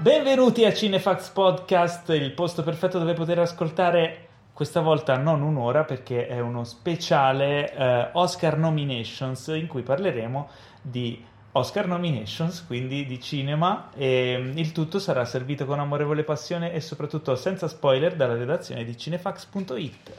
Benvenuti a Cinefax Podcast, il posto perfetto dove poter ascoltare questa volta non un'ora perché è uno speciale eh, Oscar Nominations in cui parleremo di Oscar Nominations, quindi di cinema e mm, il tutto sarà servito con amorevole passione e soprattutto senza spoiler dalla redazione di cinefax.it.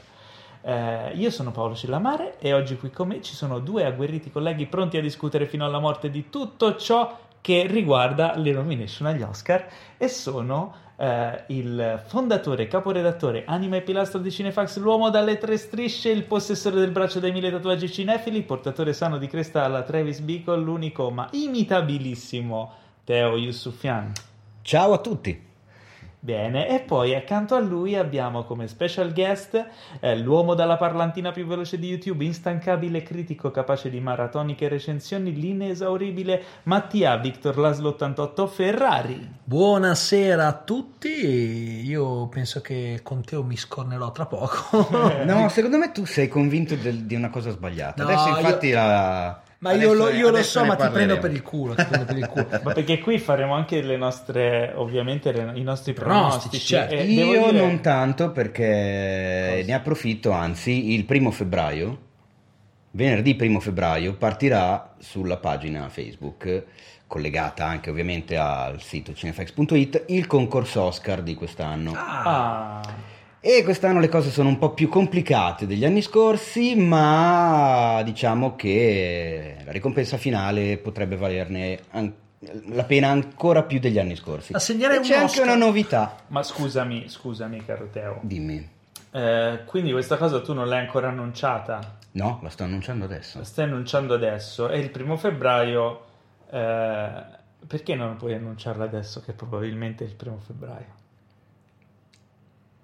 Eh, io sono Paolo Cillamare e oggi qui con me ci sono due agguerriti colleghi pronti a discutere fino alla morte di tutto ciò che riguarda le nomination agli Oscar e sono eh, il fondatore, caporedattore, anima e pilastro di Cinefax, l'uomo dalle tre strisce, il possessore del braccio dei mille tatuaggi cinefili, portatore sano di cresta alla Travis Beacon, l'unico ma imitabilissimo Teo Yusufian. Ciao a tutti. Bene, e poi accanto a lui abbiamo come special guest eh, l'uomo dalla parlantina più veloce di YouTube, instancabile critico capace di maratoniche recensioni, l'inesauribile Mattia Victor Laszlo 88 Ferrari. Buonasera a tutti, io penso che con Teo mi scornerò tra poco. No, secondo me tu sei convinto del- di una cosa sbagliata. No, Adesso infatti io- la... ma io lo, adesso- io lo adesso so, ne ma ti prendo parleremo. Eh, per il culo, ti prendo per il culo. Ma perché qui faremo anche le nostre, ovviamente, le- i nostri pronostici. Pronostici, certo. e devo Io dire- non tanto perché ne approfitto, anzi, il primo febbraio, venerdì primo febbraio, partirà sulla pagina Facebook, collegata anche ovviamente al sito cinefax.it, il concorso Oscar di quest'anno. Ah, Ah, E quest'anno le cose sono un po' più complicate degli anni scorsi, ma diciamo che la ricompensa finale potrebbe valerne an- la pena ancora più degli anni scorsi. Assegnerei E un c'è anche Oscar. una novità. ma scusami, scusami, caro Teo. Dimmi. Eh, quindi questa cosa tu non l'hai ancora annunciata, No, la sto annunciando adesso. la stai annunciando adesso. E il primo febbraio, eh, perché non puoi annunciarla adesso? Che probabilmente è il primo febbraio.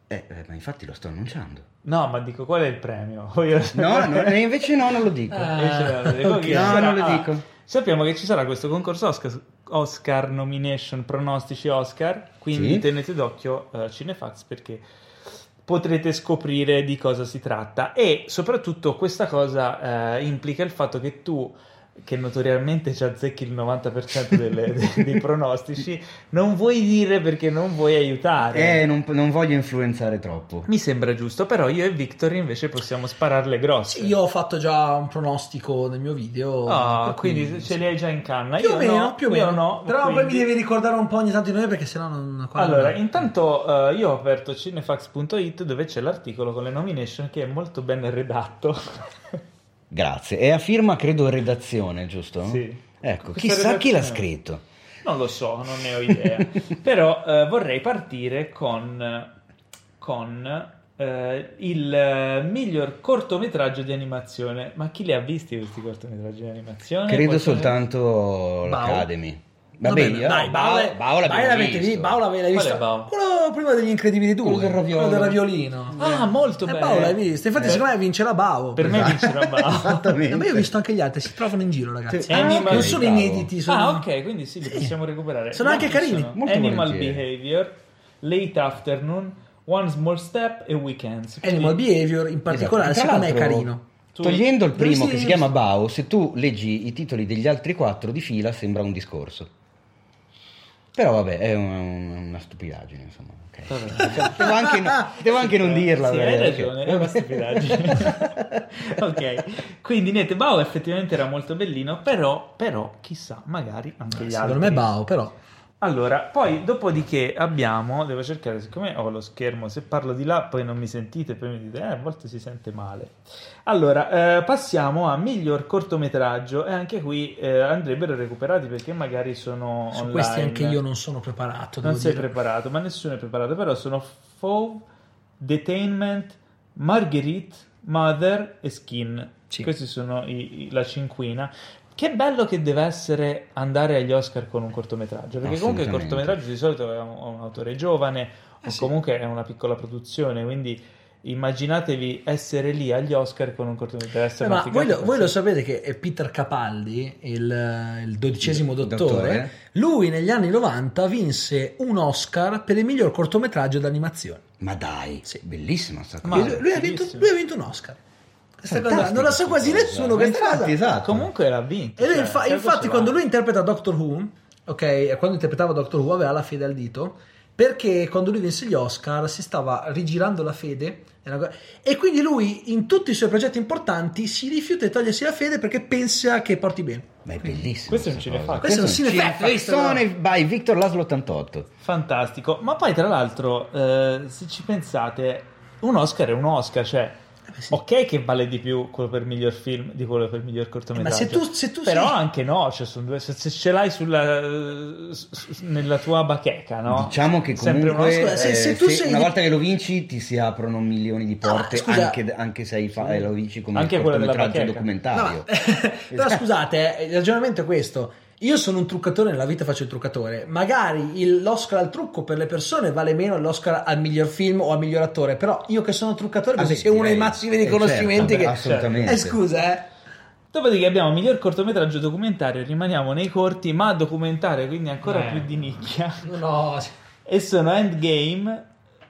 Eh, eh, ma infatti lo sto annunciando. No, ma dico qual è il premio? Voglio- Eh, No, no, eh, invece no, non lo dico. Ah, Invece no, dico ok. che ci No, sarà- non lo ah, dico. Sappiamo che ci sarà questo concorso Oscar, Oscar nomination, pronostici Oscar, quindi Sì. tenete d'occhio eh, Cinefax perché potrete scoprire di cosa si tratta e soprattutto questa cosa eh, implica il fatto che tu che notoriamente ci azzecchi il 90% delle- de- dei pronostici, non vuoi dire perché non vuoi aiutare. Eh, non, non voglio influenzare troppo. Mi sembra giusto, però io e Victor invece possiamo spararle grosse. Sì, io ho fatto già un pronostico nel mio video. Ah, per cui- quindi ce li hai già in canna. Più io o meno, no, più o io meno. no, Però poi mi quindi- devi ricordare un po' ogni tanto di noi perché sennò non... qua non- Allora, intanto eh, io ho aperto cinefax.it dove c'è l'articolo con le nomination che è molto ben redatto. Grazie. È a firma, credo, redazione, giusto? Sì. Ecco, Questa chissà chi l'ha redazione. scritto. Non lo so, non ne ho idea. Però eh, vorrei partire con, con, eh, il eh, miglior cortometraggio di animazione. Ma chi li ha visti questi cortometraggi di animazione? Credo Qualcuno- soltanto l'Academy. Va bene, dai, Bao, Bao- Bao l'abbiamo l'avete visto. vi- Bao Qual l'avete è visto. Bao? Quello prima degli Incredibili 2, Quello del raviolo. raviolino. Ah, molto Eh, bene. Bao l'hai visto. Infatti, Eh, secondo me vincerà Bao. Per me vincerà Bao. Esattamente. Eh, ma io ho visto anche gli altri, si trovano in giro, ragazzi. Ah, Sì. Animal- non sono Bravo. inediti, sono... Ah, ok, quindi sì, li possiamo recuperare. Sono anche Molti carini. sono Molto Animal volentieri. Behavior, Late Afternoon, One Small Step e Weekends. Quindi Animal Behavior in particolare, Esatto. Tra secondo me è l'altro, carino. tu- Togliendo il primo Dovresti- che si chiama Bao, se tu leggi i titoli degli altri quattro di fila sembra un discorso. Però vabbè, è un- un- una stupidaggine, insomma. ok. Vabbè. Devo anche, no- devo anche non dirla. Sì, hai vabbè, ok. ragione, è una stupidaggine. ok, quindi niente, Bao effettivamente era molto bellino, però, però chissà, magari anche gli altri. Secondo me Bao, però. Allora, poi dopodiché abbiamo, devo cercare, siccome ho lo schermo, se parlo di là poi non mi sentite, poi mi dite, eh, a volte si sente male. Allora, eh, passiamo a miglior cortometraggio e anche qui eh, andrebbero recuperati perché magari sono... Su online. questi anche io non sono preparato. Non devo sei dire. preparato, ma nessuno è preparato, però sono Fauve, Detainment, Marguerite, Mother e Skin. Sì. Questi sono i- i- la cinquina. Che bello che deve essere andare agli Oscar con un cortometraggio, perché comunque il Assolutamente. cortometraggio di solito è un, è un autore giovane o Ah, sì. comunque è una piccola produzione, quindi immaginatevi essere lì agli Oscar con un cortometraggio. deve essere Eh, una ma voi figata lo, voi lo pazzesca. sapete che è Peter Capaldi, il, il dodicesimo Il dottore, dottore. lui negli anni 90 vinse un Oscar per il miglior cortometraggio d'animazione. Ma dai, Sì. bellissima sta Ma- cosa. E lui, lui ha vinto, bellissimo. lui ha vinto un Oscar. Questa Fantastica cosa non la sa sta quasi cosa. nessuno Ma questa Esatto. infatti, cosa. esatto. Comunque l'ha vinto. E lui cioè, infa- certo infatti ce l'ha. quando lui interpreta Doctor Who ok, e quando interpretava Doctor Who aveva la fede al dito, perché quando lui vinse gli Oscar si stava rigirando la fede era una co- e quindi lui in tutti i suoi progetti importanti si rifiuta di togliersi la fede perché pensa che porti bene. Ma è bellissimo. Questo è un questa cinefatto. cosa. Questo è un cinefatto, cinefattone by Victor Laszlo 88. Fantastico. Ma poi, tra l'altro, eh, se ci pensate, un Oscar è un Oscar, cioè. Eh beh, sì. Ok che vale di più quello per miglior film di quello per miglior Eh, Ma cortometraggio. se tu, se tu Però sei- anche no, cioè sono due, se, se ce l'hai sulla, s- s- nella tua bacheca, no? Diciamo che Sempre comunque un Oscar, se- eh, se tu sì, sei una di- volta che lo vinci ti si aprono milioni di porte, No, ma scusa- anche, anche se hai fa- Sì. lo vinci come Anche quella della cortometraggio bacheca. documentario. No, ma- però scusate, eh, il ragionamento è questo. Io sono un truccatore, nella vita faccio il truccatore. Magari il- l'Oscar al trucco per le persone vale meno l'Oscar al miglior film o al miglior attore. Però io che sono truccatore, Ah, penso beh, sia uno dei direi. massimi Eh, riconoscimenti certo, che- assolutamente. che... Eh, scusa, eh. Dopodiché abbiamo miglior cortometraggio documentario, rimaniamo nei corti, ma documentario, quindi ancora Eh. più di nicchia. No, E sono Endgame,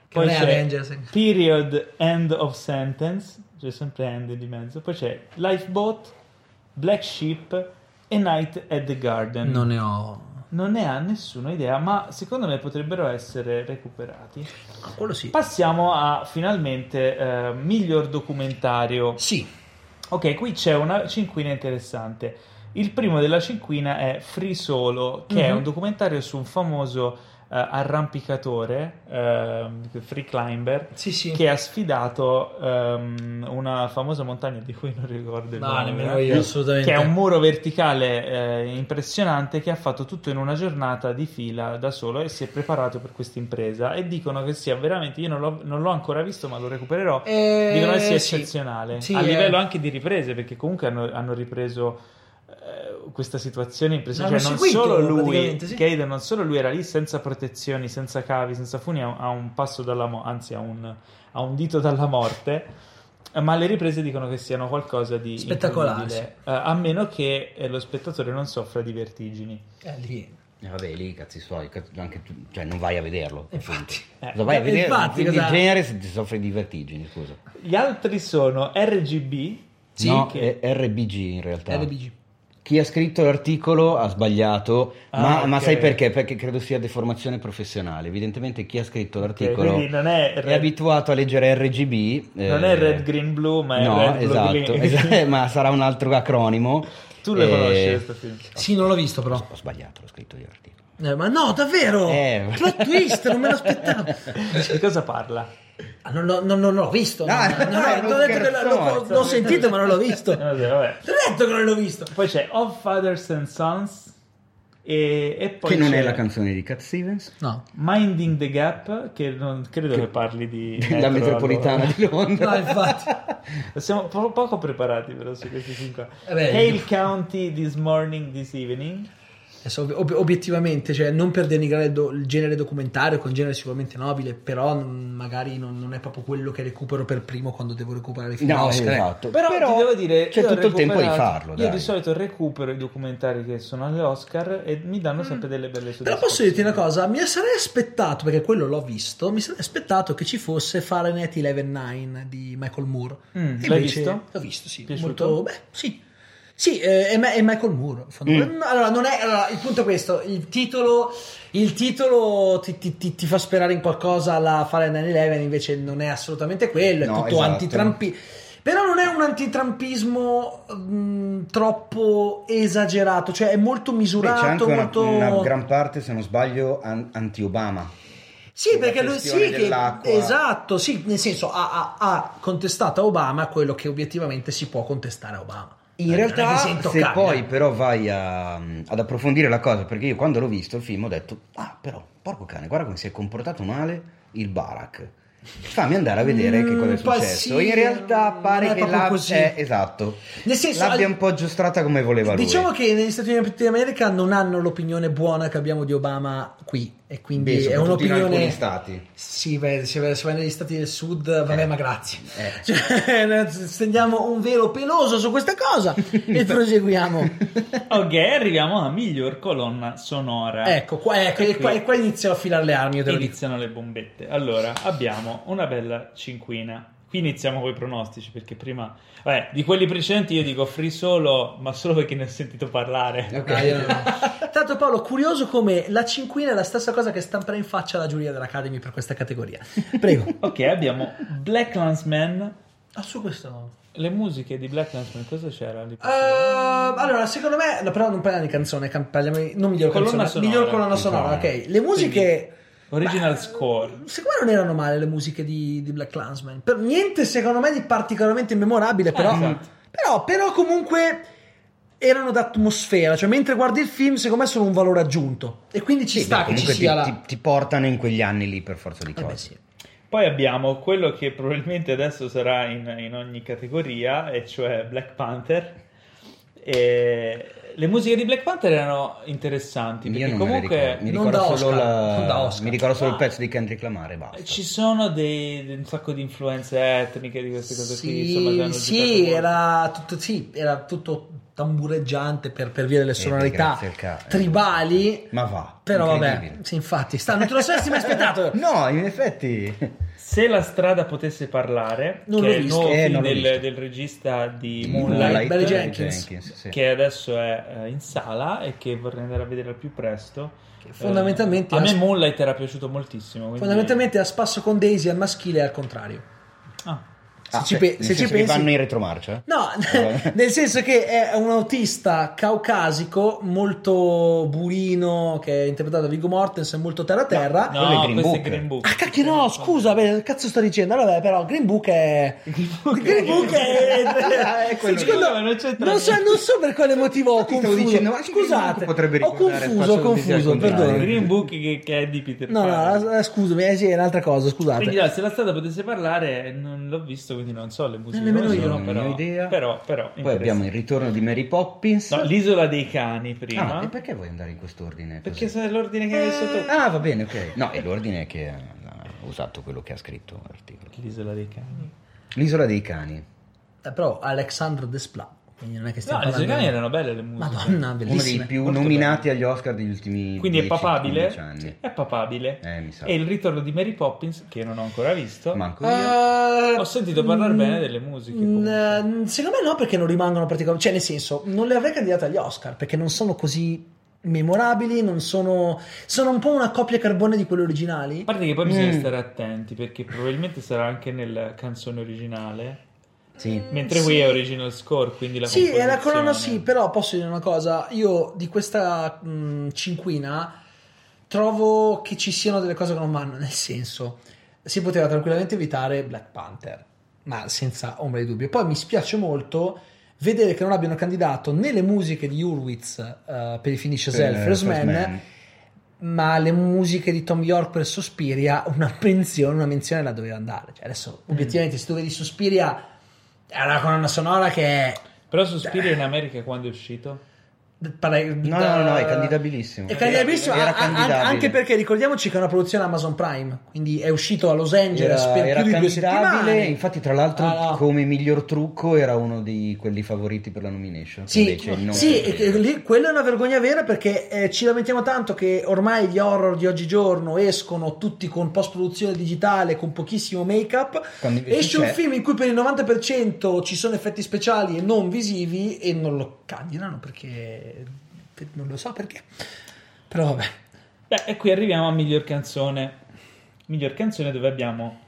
poi non è c'è Avengers. eh. Period End of Sentence, c'è sempre End di mezzo, poi c'è Lifeboat, Black Sheep e Night at the Garden. Non ne ho. Non ne ha nessuno idea, ma secondo me potrebbero essere recuperati. No, Ah, quello sì. Passiamo a finalmente eh, miglior documentario. Sì, Ok, qui c'è una cinquina interessante. Il primo della cinquina è Free Solo, che è Mhm. un documentario su un famoso eh, arrampicatore, ehm, free climber, sì, sì. che ha sfidato ehm, una famosa montagna di cui non ricordo il No, eh. nome. nemmeno io, assolutamente. Che è un muro verticale eh, impressionante che ha fatto tutto in una giornata di fila da solo e si è preparato per questa impresa. E dicono che sia veramente, io non l'ho, non l'ho ancora visto, ma lo recupererò. Eh, Dicono che sia sì. eccezionale Sì, a eh. livello anche di riprese, perché comunque hanno, hanno ripreso eh, questa situazione impressionante. Cioè, L'hanno non seguito, solo lui, praticamente, sì. Gaiden, non solo lui era lì senza protezioni, senza cavi, senza funi, a, a un passo dalla morte, anzi, a un, a un dito dalla morte. eh, Ma le riprese dicono che siano qualcosa di Spettacolare, incredibile, eh, a meno che eh, lo spettatore non soffra di vertigini. Eh, lì. Eh, vabbè, lì cazzi suoi, cazzo- anche tu- cioè non vai a vederlo. Infatti. Eh, Lo vai a Eh, vedere infatti, in cosa- genere se ti soffri di vertigini, scusa. Gli altri sono RGB, Sì, no, che- è RBG in realtà. LBG. Chi ha scritto l'articolo ha sbagliato, Ah, ma, ma ok. sai perché? Perché credo sia deformazione professionale. Evidentemente chi ha scritto l'articolo quindi non è è Red- abituato a leggere RGB. Non è Red, Green, Blue, ma è eh, no, Red, Blue, esatto, Green. esatto, ma sarà un altro acronimo. tu le Eh, conosci questo film? Sì, non l'ho visto però. Ho sbagliato, l'ho scritto io l'articolo. Eh, ma no, davvero? Eh. Plot twist, non me l'aspettavo. Di cosa parla? Ah, non, l'ho- non- non l'ho visto. No, non- no, non- non- non non ho detto che l'ho- scherzare, l'ho- l'ho sentito, ma non l'ho visto. Non Eh, Vabbè, vabbè. ho detto che non l'ho visto. Poi c'è Of Fathers and Sons e, e poi Che non c'è è la canzone di Cat Stevens, No, Minding the Gap, che non credo che, parli di... la metro, metropolitana allora. di Londra. no, infatti. Siamo po- poco preparati però su questi film qua. Eh beh, Hale County, This Morning, This Evening. Adesso, ob- ob- obiettivamente, cioè, non per denigrare il, do- il genere documentario, che è un genere sicuramente nobile, però mm, magari non, non è proprio quello che recupero per primo quando devo recuperare i film No, Oscar. esatto. Però, ti devo dire, c'è io ho tutto il tempo di recuperato- farlo. Io dai. di solito recupero i documentari che sono alle Oscar e mi danno sempre delle belle Però soddisfazioni. posso dirti una cosa, mi sarei aspettato, perché quello l'ho visto, mi sarei aspettato che ci fosse Fahrenheit 11.9 di Michael Moore. Mm, E l'hai invece- visto? L'ho visto, sì. Piaciuto? Molto, beh, sì. Sì, eh, è, Ma- è Michael Moore. in fondo. Mm. No, Allora, non è, allora, il punto è questo, il titolo, il titolo ti, ti- ti- ti fa sperare in qualcosa alla Fahrenheit 11, invece non è assolutamente quello, è No, tutto esatto. antitrampi. Però non è un antitrampismo mh, troppo esagerato, cioè è molto Beh, misurato, c'è anche una, molto... una gran parte, se non sbaglio, an- anti-Obama. Sì, sulla perché lui questione sì, che- dell'acqua. esatto, sì, nel senso ha, ha- ha contestato a Obama quello che obiettivamente si può contestare a Obama. Eh, In Non è realtà, che sia se intoccabile. poi però vai a- ad approfondire la cosa, perché io quando l'ho visto il film ho detto, ah però, porco cane, guarda come si è comportato male il Barak. Fammi andare a vedere che cosa Mm, è poi successo. sì, In realtà non pare è che proprio la- così. eh, esatto, Nel senso, l'abbia al- un po' aggiustata come voleva lui. Diciamo che negli Stati Uniti d'America non hanno l'opinione buona che abbiamo di Obama qui e quindi Beh, è soprattutto in un'opinione alcuni stati. Sì, beh, se vai- se vai negli stati del sud, vabbè, Eh. ma grazie. Eh. Cioè, stendiamo un velo peloso su questa cosa e proseguiamo. Ok, arriviamo alla miglior colonna sonora. ecco, qua, ecco, E e qua, qui- e qua inizio a filare le armi, io te lo dico. Iniziano le bombette. Allora, abbiamo una bella cinquina. Qui iniziamo con i pronostici perché prima... Vabbè, di quelli precedenti io dico free solo, ma solo perché ne ho sentito parlare. Ok. Ah, io no. Tanto Paolo, curioso come la cinquina è la stessa cosa che stamperà in faccia la giuria dell'Academy per questa categoria. Prego. Ok, abbiamo Black Landsman. Ah, su questo no. Le musiche di Black Landsman, cosa c'era lì? Ehm, allora, secondo me, no, però non parliamo di canzone, cam- parliamo di- non miglior Colonna canzone, sonora. miglior colonna Colonna. sonora, ok. Le musiche Original beh, score. Secondo me non erano male le musiche di, di Black Clansman. Per niente, secondo me, di particolarmente memorabile, però, Ah, esatto. però, però comunque erano d'atmosfera, cioè mentre guardi il film, secondo me sono un valore aggiunto. E quindi ci Sì, sta che comunque ci ti, sia la... ti- ti portano in quegli anni lì per forza di Eh cose. beh, sì. Poi abbiamo quello che probabilmente adesso sarà in, in ogni categoria, e cioè Black Panther. E le musiche di Black Panther erano interessanti Io perché non me le comunque ricordo. Mi Non ricordo, da solo, Oscar, la- non da Oscar. Eh, mi ricordo solo Ah. il pezzo di Kendrick Lamar e basta. ci sono dei, un sacco di influenze etniche di queste cose qui. insomma, che Sì, hanno sì, giocato era tutto, sì, era tutto tambureggiante per, per via delle sonorità grazie al ca- eh. tribali. Ma va, Però vabbè, incredibile. sì, infatti, sta, non te lo saresti mai aspettato. No, in effetti. Se la strada potesse parlare, Non che l'ho è il visto. nuovo Eh, film non l'ho del, visto. del regista di Moonlight Moonlight, Barry Barry Jenkins. sì. che adesso è eh, in sala e che vorrei andare a vedere al più presto. Che fondamentalmente, Eh, a ha- me Moonlight era piaciuto moltissimo. quindi- fondamentalmente a spasso con Daisy al maschile e al contrario. Ah, Se Ah, ci, cioè, pe- nel se ci senso che pensi, vanno in retromarcia? No, Eh. Vabbè. nel senso che è un autista caucasico molto burino che è interpretato da Viggo Mortensen, molto terra-terra. no, quello è Green questo è Book. Green Book. Ah, cacchio, no, scusa, beh, che cazzo sto dicendo? Allora, beh, però, Green Book è. Green Book è. È quello lì. Secondo- No, non c'entra non, so, niente. non so per quale motivo ho Infatti stavo confuso. dicendo, ma anche Green Scusate, Book potrebbe ho ricordare confuso, Passo ho del Desiderio confuso, Contrario. perdono. Green Book che, che è di Peter No, Pan. no, eh, scusami, eh, sì, è un'altra cosa, scusate. Quindi, no, se la strada potesse parlare, non l'ho visto, quindi non so le musiche. Eh, nemmeno come io. sono, Non ne ho però, idea. però, però Poi abbiamo il ritorno di Mary Poppins. No, l'isola dei cani prima. Eh. Ah, e perché vuoi andare in quest'ordine? Perché così? se è l'ordine che hai messo tu. Ah, va bene, ok. No, è l'ordine che ha usato quello che ha scritto l'articolo. L'isola dei cani. L'isola dei cani. Eh, però, Alexandre Desplat, quindi non è che No, stiamo le parlando. isolani di- erano belle le musiche. Madonna, Uno dei bellissima. più Molto nominati agli Oscar degli ultimi Quindi è 10, papabile. 15 anni. È papabile. Eh, mi sa. E il ritorno di Mary Poppins, che non ho ancora visto. Manco io. Ah. Eh, Ho sentito parlare mm, bene delle musiche, mm, comunque. eh, secondo me no, perché non rimangono praticamente. Cioè, nel senso, non le avrei candidate agli Oscar perché non sono così memorabili. Non sono. Sono un po' una copia carbone di quelle originali. A parte che poi bisogna Mm. stare attenti perché probabilmente sarà anche nella canzone originale. Sì. Mentre Sì. qui è original score, quindi la Sì, è la composizione. colonna sì, però posso dire una cosa, io di questa mh, cinquina trovo che ci siano delle cose che non vanno, nel senso si poteva tranquillamente evitare Black Panther, ma senza ombra di dubbio. Poi mi spiace molto vedere che non abbiano candidato né le musiche di Hurwitz eh, per i Finish Yourself, Per First First Man, Man. ma le musiche di Tom York per Sospiria, una menzione, una menzione la doveva andare. Cioè, adesso, obiettivamente, se tu vedi Sospiria, è una colonna sonora che è... Però Sospiria in America quando è uscito? No, no, no, è candidabilissimo. È candidabilissimo Era a- a- candidabile. anche perché ricordiamoci che è una produzione Amazon Prime, quindi è uscito a Los Angeles Era, per era più di due candidabile, settimane. infatti tra l'altro Ah, no. come miglior trucco era uno di quelli favoriti per la nomination. che Sì, invece non sì, è. e- e lì- quella è una vergogna vera perché eh, ci lamentiamo tanto che ormai gli horror di oggigiorno escono tutti con post-produzione digitale, con pochissimo make-up. Quando invece Esce un c'è- film in cui per il 90% ci sono effetti speciali e non visivi e non lo candidano perché... non lo so perché. Però vabbè. Beh, e qui arriviamo a miglior canzone. Miglior canzone dove abbiamo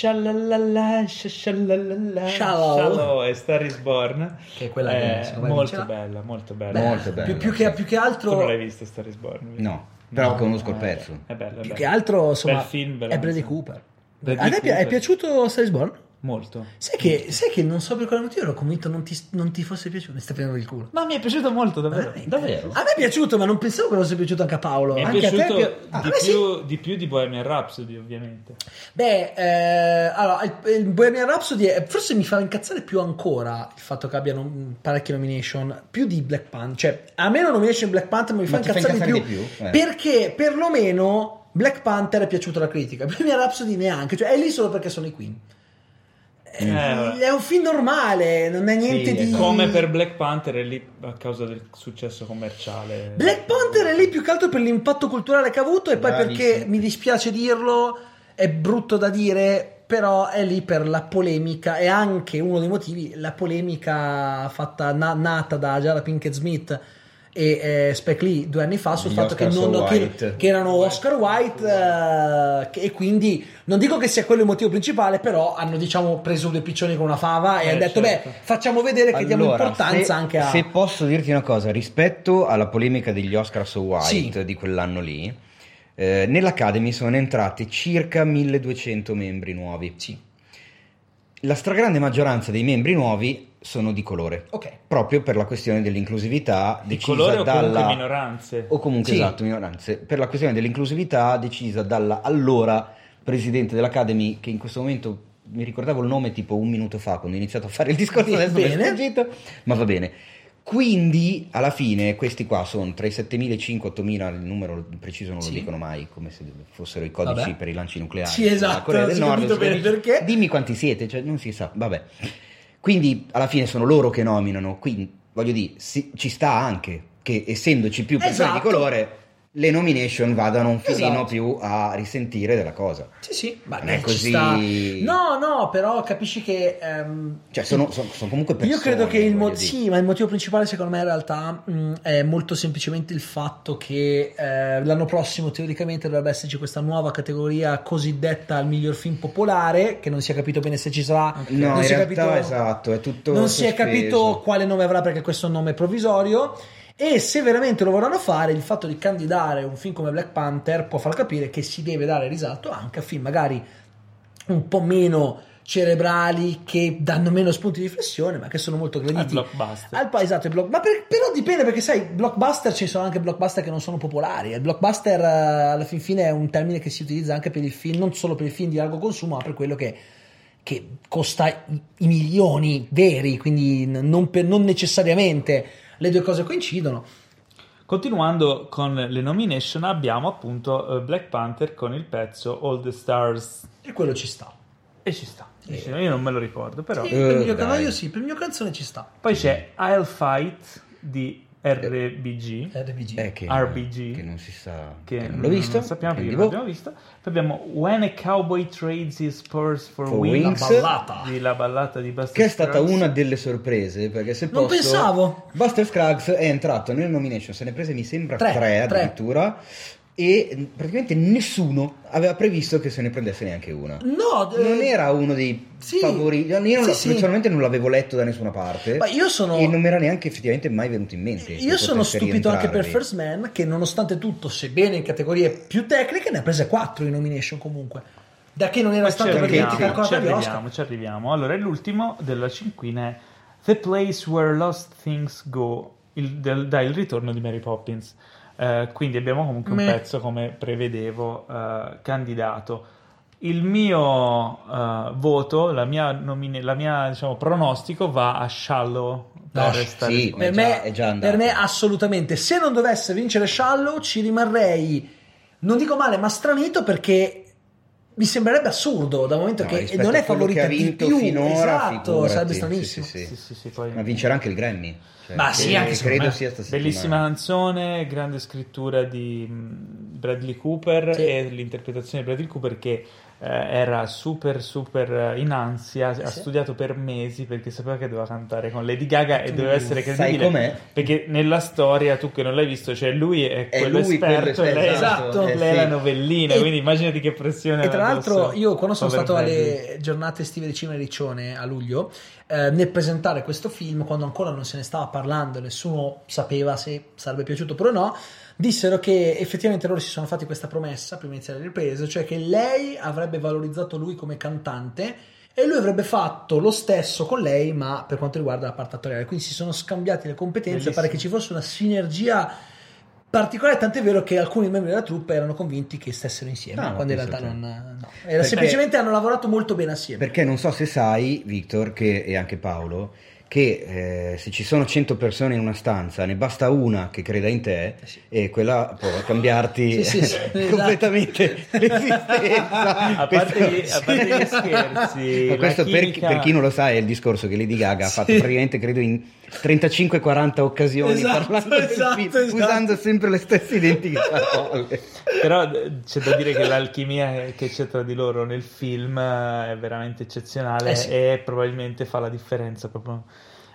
Shalalala, sha- shalalala, Shallow. Shallow e Star is Born. Eh, Che è quella che, secondo me, molto vincerà. bella, Eh, molto bella. Beh, Molto più- bello, Più, che, sì. più che Tu non l'hai altro, visto Star is Born? vero? No, però eh, No, conosco il no, pezzo. È bello, è più bello. che altro insomma, Bel film, bella è Bradley canzone. Cooper. Bradley A te pi- Cooper. è piaciuto Star is Born? Molto. Sai che, sai che non so per quale motivo ero convinto non ti, non ti fosse piaciuto. Mi sta prendendo il culo. Ma mi è piaciuto molto, davvero. Veramente. Davvero? A me è piaciuto, ma non pensavo che fosse piaciuto anche a Paolo. Mi è anche piaciuto a te. è pi- Ah, di, a me sì. più, di più di Bohemian Rhapsody, ovviamente. Beh, eh, allora, il, il Bohemian Rhapsody è- forse mi fa incazzare più ancora il fatto che abbiano mm, parecchie nomination, più di Black Panther. Cioè, a me la nomination Black Panther mi fa Ma ti fa incazzare, di più. incazzare di più? Eh. Perché perlomeno Black Panther è piaciuto alla critica, Bohemian Rhapsody neanche, cioè è lì solo perché sono i Queen. Eh, vabbè. È un film normale, non è niente Sì, di... esatto. Come per Black Panther è lì a causa del successo commerciale. Black Panther è lì più che altro per l'impatto culturale che ha avuto e poi Bravissimo. perché mi dispiace dirlo, è brutto da dire, però è lì per la polemica e anche uno dei motivi, la polemica fatta na- nata da Jada Pinkett Smith e eh, Spec Lee due anni fa sul Gli fatto che, Oscar non, so che- white. che erano Oscar White eh, che- e quindi non dico che sia quello il motivo principale però hanno diciamo preso due piccioni con una fava e Eh, hanno detto certo. beh facciamo vedere che diamo Allora, importanza se- anche a Se posso dirti una cosa, rispetto alla polemica degli Oscar So White Sì. di quell'anno lì, eh, nell'Academy sono entrati circa 1200 membri nuovi. La stragrande maggioranza dei membri nuovi sono di colore, ok proprio per la questione dell'inclusività Di decisa colore o comunque dalla... minoranze. o comunque Sì. esatto, minoranze, per la questione dell'inclusività decisa dalla allora presidente dell'Academy, che in questo momento mi ricordavo il nome tipo un minuto fa quando ho iniziato a fare il discorso, adesso mi è Bene. sfuggito, ma va bene. Quindi alla fine questi qua sono tra i 7.500 e 8.000, il numero preciso non Sì. lo dicono mai, come se fossero i codici Vabbè. per i lanci nucleari. Sì, della esatto, Corea non del si è Nord, capito bene Sudafrica. perché. Dimmi quanti siete, cioè non si sa, vabbè. Quindi alla fine sono loro che nominano, quindi voglio dire, si- ci sta anche che essendoci più persone Esatto. di colore, le nomination vadano un filino Esatto. più a risentire della cosa. sì sì ma Non è eh, ci così. sta. no no però capisci che ehm, Cioè sono, sono- sono comunque persone. Io credo che il, mo- voglio dire. sì, ma il motivo principale secondo me in realtà mh, è molto semplicemente il fatto che eh, l'anno prossimo teoricamente dovrebbe esserci questa nuova categoria cosiddetta al miglior film popolare, che non si è capito bene se ci sarà, No, non in si è realtà capito- esatto, è tutto non si è sospeso. capito quale nome avrà perché questo è un nome provvisorio e se veramente lo vorranno fare il fatto di candidare un film come Black Panther può far capire che si deve dare risalto anche a film magari un po' meno cerebrali che danno meno spunti di riflessione ma che sono molto Al graditi blockbuster. al paesato e block, ma per- però dipende perché sai, blockbuster ci sono anche blockbuster che non sono popolari. Il blockbuster eh, alla fin fine è un termine che si utilizza anche per il film, non solo per il film di largo consumo, ma per quello che, che costa i, i milioni veri, quindi n- non, per- non necessariamente le due cose coincidono. Continuando con le nomination, abbiamo appunto eh, Black Panther con il pezzo All the Stars. E quello ci sta. E ci sta. Sì. Io non me lo ricordo, però. Sì, per il mio Eh, dai. canale sì, per il mio canzone ci sta. Poi c'è I'll Fight di RBG. RBG. Eh, che, RBG. che non si sa, che che non l'ho non visto. sappiamo perché quindi non boh. l'abbiamo visto. Poi abbiamo When a Cowboy Trades His Spurs for, For Wings, Wings. La ballata. di la ballata di Buster Che è stata Scruggs. una delle sorprese, perché se Non posso... pensavo. Buster Scruggs è entrato nelle nomination, se ne è prese mi sembra Tre, tre, tre. addirittura, e praticamente nessuno aveva previsto che se ne prendesse neanche una. No, eh, Non era uno dei sì. favoriti, io non Sì, la- sì. personalmente non l'avevo letto da nessuna parte Ma io sono... e non mi era neanche effettivamente mai venuto in mente. che Io sono potesse stupito anche per rientrarvi. First Man che nonostante tutto, sebbene in categorie più tecniche, ne ha prese 4 in nomination comunque. Da che non era Ma stato ci perché arriviamo, ti calcola ci per gli Oscar. arriviamo, ci arriviamo. Allora, e l'ultimo della cinquina è The Place Where Lost Things Go, il, del- dal ritorno di Mary Poppins. Eh, quindi abbiamo comunque un Meh. pezzo, come prevedevo, eh, candidato. Il mio eh, voto, la mia, nomine- la mia diciamo, pronostico va a Shallow. per sì, restare Ah, sì, con- ma è Per già- me, è già andato. per me assolutamente. Se non dovesse vincere Shallow, ci rimarrei, non dico male, ma stranito perché mi sembrerebbe assurdo dal momento No, che rispetto non è a quello che favorita ha di vinto più. finora, esatto, sarebbe figurati. Sì, stranissimo. sì, sì. Sì, sì, sì, poi- Ma vincerà anche il Grammy. Cioè, Ma Ah, sì, che- anche secondo credo me. sia stasera. Bellissima canzone, grande scrittura di mh, Bradley Cooper Sì. e l'interpretazione di Bradley Cooper che eh, era super super eh, in ansia, ha sì. studiato per mesi perché sapeva che doveva cantare con Lady Gaga e Mm, doveva essere Sai credibile. com'è? Perché nella storia, tu che non l'hai visto, cioè lui è, È quello lui quello esperto e lei, esperto, Esatto. eh, lei è sì. la novellina, E- quindi immaginati che pressione. E tra aveva l'altro, addosso. io quando sono Povero stato Bradley. alle giornate estive di Cinema Riccione a luglio, eh, nel presentare questo film, quando ancora non se ne stava parlando, nessuno sapeva se sarebbe piaciuto oppure no, dissero che effettivamente loro si sono fatti questa promessa prima di iniziare le riprese, cioè che lei avrebbe valorizzato lui come cantante. E lui avrebbe fatto lo stesso con lei, ma per quanto riguarda la parte attoriale. Quindi si sono scambiati le competenze, pare Bellissimo. che ci fosse una sinergia particolare, tant'è vero che alcuni membri della troupe erano convinti che stessero insieme, Ah, ma quando in pensa realtà te. non... no. Era Perché- semplicemente hanno lavorato molto bene assieme. Perché non so se sai, Victor, che- e anche Paolo, che eh, se ci sono 100 persone in una stanza, ne basta una che creda in te Eh sì. e quella può cambiarti Sì, sì, sì, esatto. completamente l'esistenza. A parte Questo- gli- a parte gli scherzi, Ma la questo per, chimica- per chi non lo sa è il discorso che Lady Gaga ha fatto Sì. praticamente, credo, in 35-40 occasioni Esatto, parlando del esatto, film, esatto. usando sempre le stesse identiche parole. Però eh, c'è da dire che l'alchimia che c'è tra di loro nel film eh, è veramente eccezionale Eh sì. e probabilmente fa la differenza proprio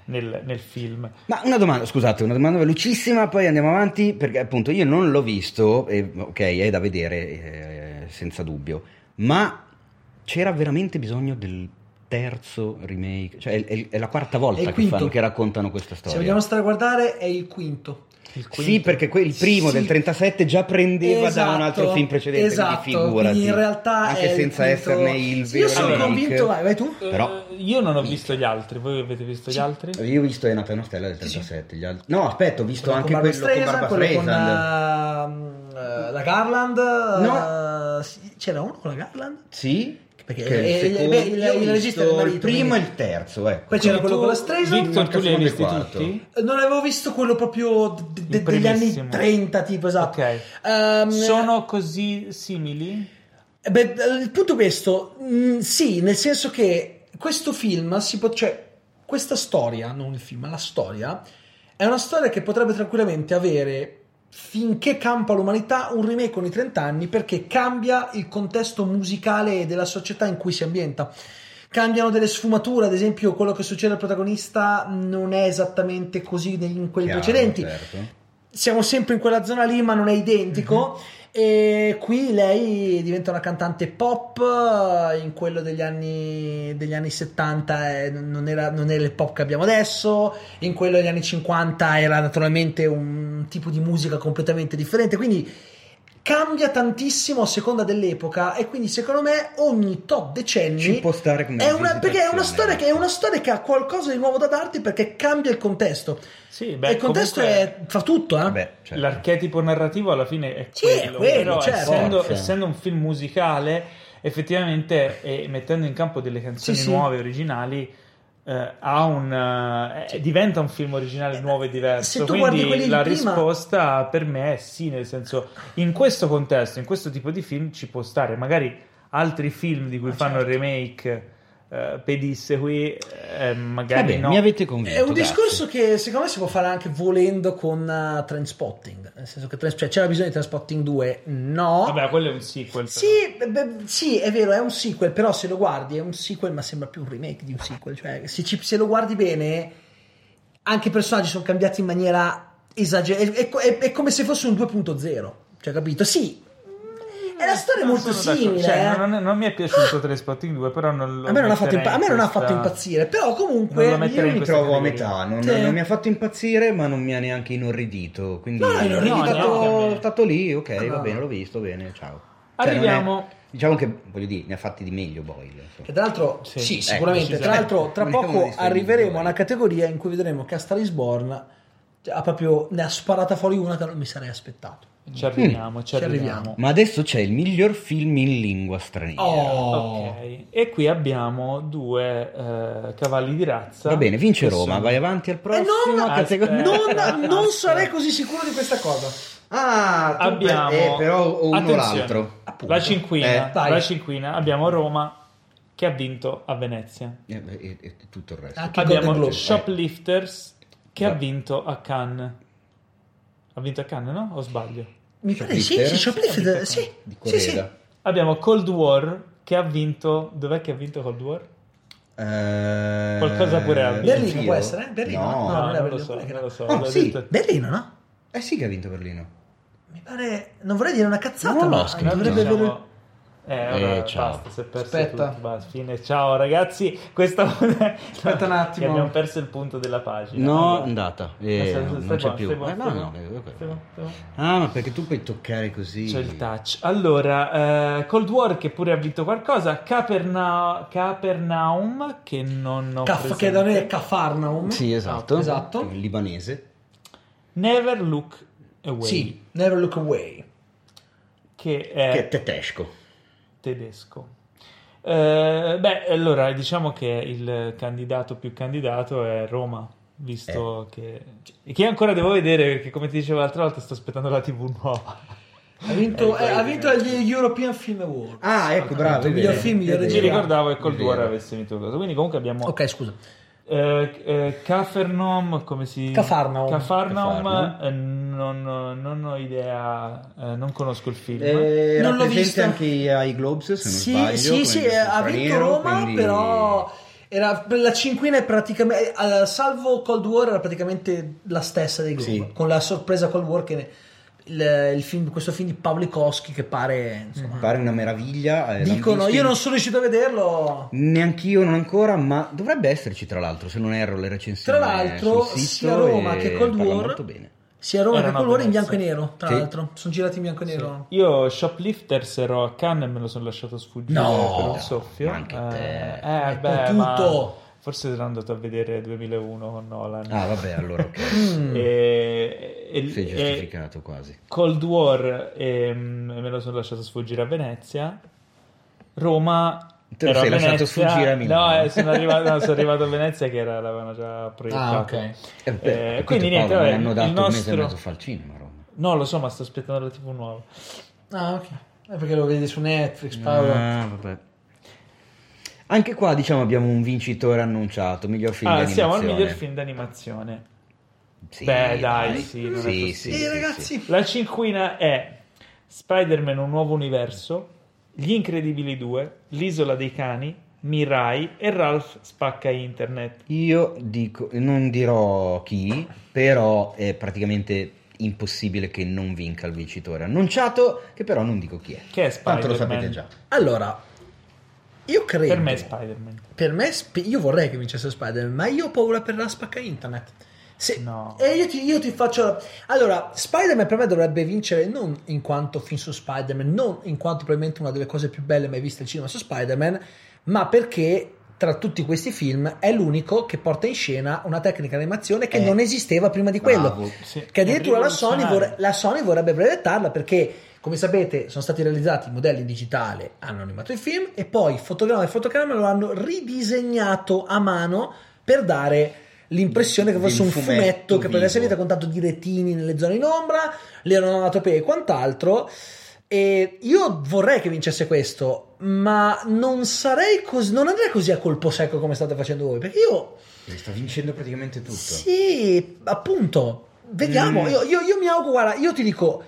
nel, nel film. Ma una domanda, scusate, una domanda velocissima, poi andiamo avanti, perché appunto io non l'ho visto, e, ok, è da vedere eh, senza dubbio, ma c'era veramente bisogno del terzo remake? Cioè è, è- è la quarta È il volta che, quinto. fanno, che raccontano questa Se storia. vogliamo stare a guardare è il quinto. Il Sì, quinto. perché quel- il primo Sì. del 37 già prendeva da un altro Esatto, film precedente, esatto. quindi figurati. Quindi in realtà anche è il senza quinto- esserne il Sì, Io vero sono remake. convinto, vai, vai tu. Eh, Però- io non ho visto gli altri, voi avete visto gli altri? Io ho visto È nata una stella del 37, gli altri- No, aspetta, ho visto Quello anche con Barbra quello con Streisand, Barbara quello con Streisand. la, eh, la Garland. eh, sì, c'era uno con la Garland? Sì, Perché che eh, il, eh, secondo- beh, il- io ho il visto regista del marito, il primo e quindi. il terzo, ecco. Poi c'era Quindi quello tu- con la Streisand. Victor, tu li manca hai solo il visti quarto. tutti? Non avevo visto quello proprio de- de- Il degli anni primissimo. 30, tipo esatto. Ok. Ehm, Sono così simili? eh, beh, il punto è questo, mm, sì, nel senso che questo film si può, cioè, questa storia, non il film, ma la storia, è una storia che potrebbe tranquillamente avere finché campa l'umanità un remake ogni 30 anni perché cambia il contesto musicale della società in cui si ambienta. Cambiano delle sfumature, ad esempio quello che succede al protagonista non è esattamente così negli- in quelli Chiaro, precedenti certo. siamo sempre in quella zona lì, ma non è identico. E qui lei diventa una cantante pop eh, in quello degli anni, degli anni 70 eh, non, era, non era il pop che abbiamo adesso, in quello degli anni 50 era naturalmente un tipo di musica completamente differente, quindi cambia tantissimo a seconda dell'epoca e quindi secondo me ogni tot decenni Ci può stare come è una, perché è una, rappresentazione. storia che, è una storia che ha qualcosa di nuovo da darti perché cambia il contesto Sì, beh, il contesto comunque- è, fa tutto, eh? Vabbè, certo. L'archetipo narrativo alla fine è Sì, è quello, quello, però certo. essendo, Forza. essendo un film musicale, effettivamente e mettendo in campo delle canzoni Sì, sì. nuove, originali, eh, ha un, eh, diventa un film originale nuovo e diverso. Eh, se tu guardi Quindi quelli di la prima- risposta per me è sì, nel senso, in questo contesto, in questo tipo di film ci può stare. Magari altri film di cui Ah, fanno il certo. remake eh, pedissequi, eh, magari Vabbè, no. mi avete convinto. È un grazie. discorso che secondo me si può fare anche volendo con uh, Trendspotting, nel senso che Trans- cioè, c'era bisogno di Trendspotting 2? No. Vabbè, quello è un sequel. Sì, beh, sì, è vero, è un sequel, però se lo guardi è un sequel, ma sembra più un remake di un sequel. Cioè, se, ci- se lo guardi bene, anche i personaggi sono cambiati in maniera esagerata. È, è- è come se fosse un 2.0, cioè, capito? Sì, è una storia Non molto sono d'accordo. simile. Cioè, eh. non, non- non mi è piaciuto Trainspotting 2, però non lo A me, non ha, fatto metterei impa- a me non ha fatto questa- impazzire, però comunque. Non lo metterei Io mi questa trovo a categoria. metà, non, Sì. non mi ha fatto impazzire, ma non mi ha neanche inorridito. Quindi No, no, inorridito È stato- neanche a me. è stato lì, ok, No, no. va bene, l'ho visto, bene, ciao. Cioè, non è- Arriviamo. diciamo che, voglio dire, ne ha fatti di meglio Boyle. insomma. Che tra l'altro, sì, Sì. Eh, sicuramente. Tra decisamente. l'altro, tra Non è uno poco dei suoi arriveremo migliori. a una categoria in cui vedremo che a Star is Born cioè, ha proprio ne ha sparata fuori una che non mi sarei aspettato. Mm, Ci arriviamo, ci, Ci arriviamo. Ma adesso c'è il miglior film in lingua straniera. Oh, Ok, e qui abbiamo due eh, cavalli di razza. Va bene, vince che Roma, sono- vai avanti al Eh, prossimo. non, categoria. non- non Aspetta. sarei così sicuro di questa cosa. Ah, tu Abbiamo- per- eh, però o uno o Attenzione. l'altro. Appunto. La cinquina, Eh, dai. la cinquina, abbiamo Roma che ha vinto a Venezia. Eh, beh, E, e tutto il Eh. resto. Anche Che Golden Abbiamo Globe. Shoplifters che Dai. ha vinto a Cannes. Ha vinto a Cannes, no? O sbaglio? Mi pare sì, sì, Shoplifter? Shoplifter, sì, Di sì, Coreda. sì. Abbiamo Cold War che ha vinto... Dov'è che ha vinto Cold War? Eh, Qualcosa pure a- Berlino Zio? può essere? eh? Berlino? No. No. non Ah, non, lo era Berlino, so, quella che non era. lo so. Ah, l'ho sì. detto. Berlino, no? Eh sì che ha vinto Berlino. Mi pare. Non vorrei dire una cazzata, Non ma l'ho scritto. dovrebbe Diciamo- aver- Eh, ora Eh, ciao. basta, si è perso Aspetta. tutto, basta, fine. Ciao ragazzi, questa Aspetta un attimo. abbiamo perso il punto della pagina. No, è Allora. andata. Stai Eh, buono, no, stai non c'è buono, più. stai buono, Eh, no, stai no, buono. eh, Stai buono, stai buono. Ah, ma perché tu puoi toccare così? C'è il touch. Allora, eh, Cold War che pure ha vinto qualcosa, Caperna- Capernaum che non ho Caff- che presente. da noi è Cafarnaum. Sì, esatto. Esatto. Il libanese. Never Look Away Sì, Never Look Away. che è Che è tedesco. tedesco. Eh, beh, allora diciamo che il candidato più candidato è Roma, Eh. visto che... Che ancora devo vedere, perché come ti dicevo l'altra volta sto aspettando la TV nuova. Ha vinto, eh, ha vinto gli European Film Awards. Ah, ecco, bravo. miglior film, miglior Mi Vero. ricordavo che Cold War Vero. avesse vinto qualcosa, quindi comunque abbiamo... Ok, scusa. eh, eh, Cafarnaum, come si... Cafarnaum. Cafarnaum, Cafarnaum. eh, non, non ho idea, eh, non conosco il film. Eh, Non non l'ho l'ho visto. anche ai Globes, se non Sì, sbaglio. sì, come sì, film ha vinto straniero, Roma, quindi- però Era la cinquina è praticamente eh, salvo Cold War era praticamente la stessa dei Gloom, Sì. con la sorpresa Cold War che ne- il, il film, questo film di Pawlikowski che pare insomma, Mm. Pare una meraviglia. eh, dicono l'hanno visto io in- non sono riuscito a vederlo Neanch'io, non ancora, ma dovrebbe esserci tra l'altro, se non erro, le recensioni. eh, Tra l'altro, sul sito sia Roma e che Cold parla War- molto bene. sia a Roma che Erano a colore in Venezia. bianco e nero tra Sì. l'altro sono girati in bianco e nero Io Shoplifters ero a Cannes e me lo sono lasciato sfuggire No, per un soffio. ma anche te. Eh, eh, Hai beh, ma potuto. forse sono andato a vedere 2001 con Nolan. Ah, vabbè, allora ok. Mm. E, e- Sei e- giustificato quasi. Cold War ehm, me lo sono lasciato sfuggire a Venezia. Roma. Te lo ero sei a lasciato Venezia. sfuggire a Milano. No, eh, sono arrivato, no, sono arrivato a Venezia che era, l'avevano già proiettato. Eh, Eh, beh, capito, quindi niente, vabbè, Paolo, mi hanno il dato un mese e nostro- mezzo fa il cinema a Roma. No, lo so, ma sto aspettando la TV nuova. ah ok è perché lo vedi su Netflix Paolo Ah, vabbè. Anche qua diciamo abbiamo un vincitore annunciato, miglior film ah, di siamo al animazione. miglior film d'animazione. Sì, Beh, dai, sì, non è sì, possibile. sì, e sì, Eh, ragazzi sì. La cinquina è Spider-Man Un nuovo universo, Gli Incredibili 2, L'isola dei cani, Mirai e Ralph spacca internet. Io dico, non dirò chi, però è praticamente impossibile che non vinca il vincitore annunciato, che però non dico chi è. Che è Spider-Man? Tanto lo sapete già. allora io credo Per me è Spider-Man. Per me, sp- io vorrei che vincesse Spider-Man, ma io ho paura per la spacca internet. Se- No. E io ti, io ti faccio. la- Allora, Spider-Man per me dovrebbe vincere non in quanto film su Spider-Man, non in quanto probabilmente una delle cose più belle mai viste al cinema su Spider-Man, ma perché tra tutti questi film è l'unico che porta in scena una tecnica di animazione che Eh, non esisteva prima di quello. Bravo. Sì, Che addirittura è la Sony, rivoluzionario. vorre- la Sony vorrebbe brevettarla perché, come sapete, sono stati realizzati i modelli in digitale, hanno animato i film e poi fotogramma e fotogramma lo hanno ridisegnato a mano per dare l'impressione che Del fosse un fumetto fumetto, che vivo. prendesse vita con tanto di retini nelle zone in ombra, le onomatopee e quant'altro. E io vorrei che vincesse questo, ma non sarei così, non andrei così a colpo secco come state facendo voi, perché io E Sta vincendo praticamente tutto. sì, appunto. Vediamo. Mm. Io, io- io mi auguro, guarda, io ti dico.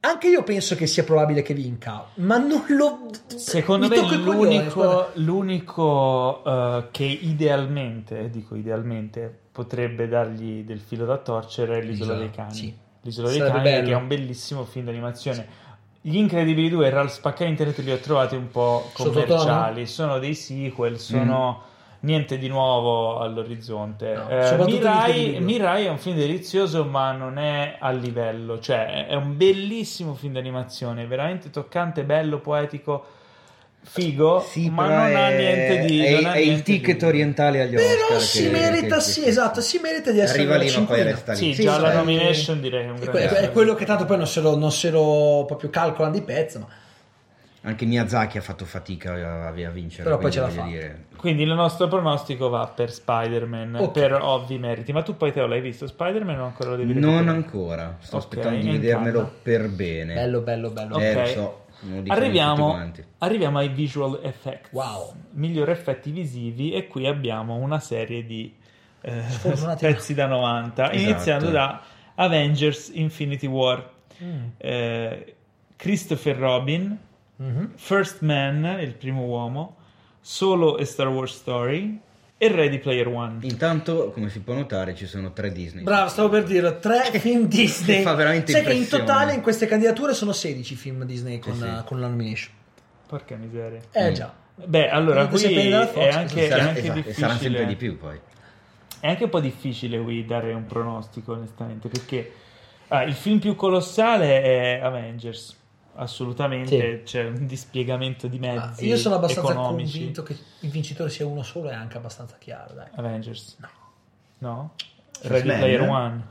Anche io penso che sia probabile che vinca, ma non lo. Secondo mi me tocca il coglione, guarda. l'unico, l'unico, eh, che idealmente, eh, dico idealmente, potrebbe dargli del filo da torcere è l'Isola L'isola, dei Cani. sì. L'Isola dei Sarebbe Cani bello. che è un bellissimo film d'animazione. Gli Incredibili 2 e Ralph Spacca Internet li ho trovati un po' Sottotono? commerciali, sono dei sequel, sono niente di nuovo all'orizzonte. No, Eh, soprattutto gli Incredibili Mirai, due. Mirai è un film delizioso ma non è a livello, cioè è un bellissimo film d'animazione, veramente toccante, bello, poetico, figo, Sì, ma però non è, ha niente di... è, non ha è il niente di- ticket orientale agli Oscar. Però che- si merita, che- sì, che- esatto, si merita di essere Arriva una lì, ma poi cinquina. resta lì. Sì, Sì, già sì, la sì. nomination direi che è un È grande... que- è quello che tanto poi non se lo, non se lo proprio calcolano di pezzo, ma Anche Miyazaki ha fatto fatica a, a vincere. Però poi quindi ce l'ha voglio fatta. dire- Quindi il nostro pronostico va per Spider-Man, Ok. per ovvi meriti. Ma tu poi Teo l'hai visto Spider-Man o ancora lo devi vedere? Non ancora, sto Ok, aspettando di in vedermelo canna. per bene. bello, bello, bello. Ok. Eh, lo so, lo dicono tutti Arriviamo, quanti. arriviamo ai visual effects. Wow. Migliori effetti visivi e qui abbiamo una serie di eh, Sfortunati. pezzi da 90, Esatto. iniziando da Avengers Infinity War, Mm. eh, Christopher Robin, Mhm. First Man, il primo uomo, Solo e Star Wars Story e Ready Player One. Intanto, come si può notare, ci sono tre Disney. Bravo, stavo per dirlo, tre film Disney. fa veramente Sai che in impressione. totale in queste candidature sono 16 film Disney con, Sì, sì. con la nomination. Porca miseria. Eh Mm. già. Beh, allora Comunque, se qui prendi dalla Fox, è anche, E è sarà- anche esatto, e saranno difficile. sempre di più poi. È anche un po' difficile qui dare un pronostico, onestamente, perché ah, il film più colossale è Avengers. Assolutamente, c'è un dispiegamento di Ma mezzi. Ah, Eh, io sono abbastanza economici. convinto che il vincitore sia uno solo, è anche abbastanza chiaro, dai. Avengers. No. No? First Ready Man? Player One.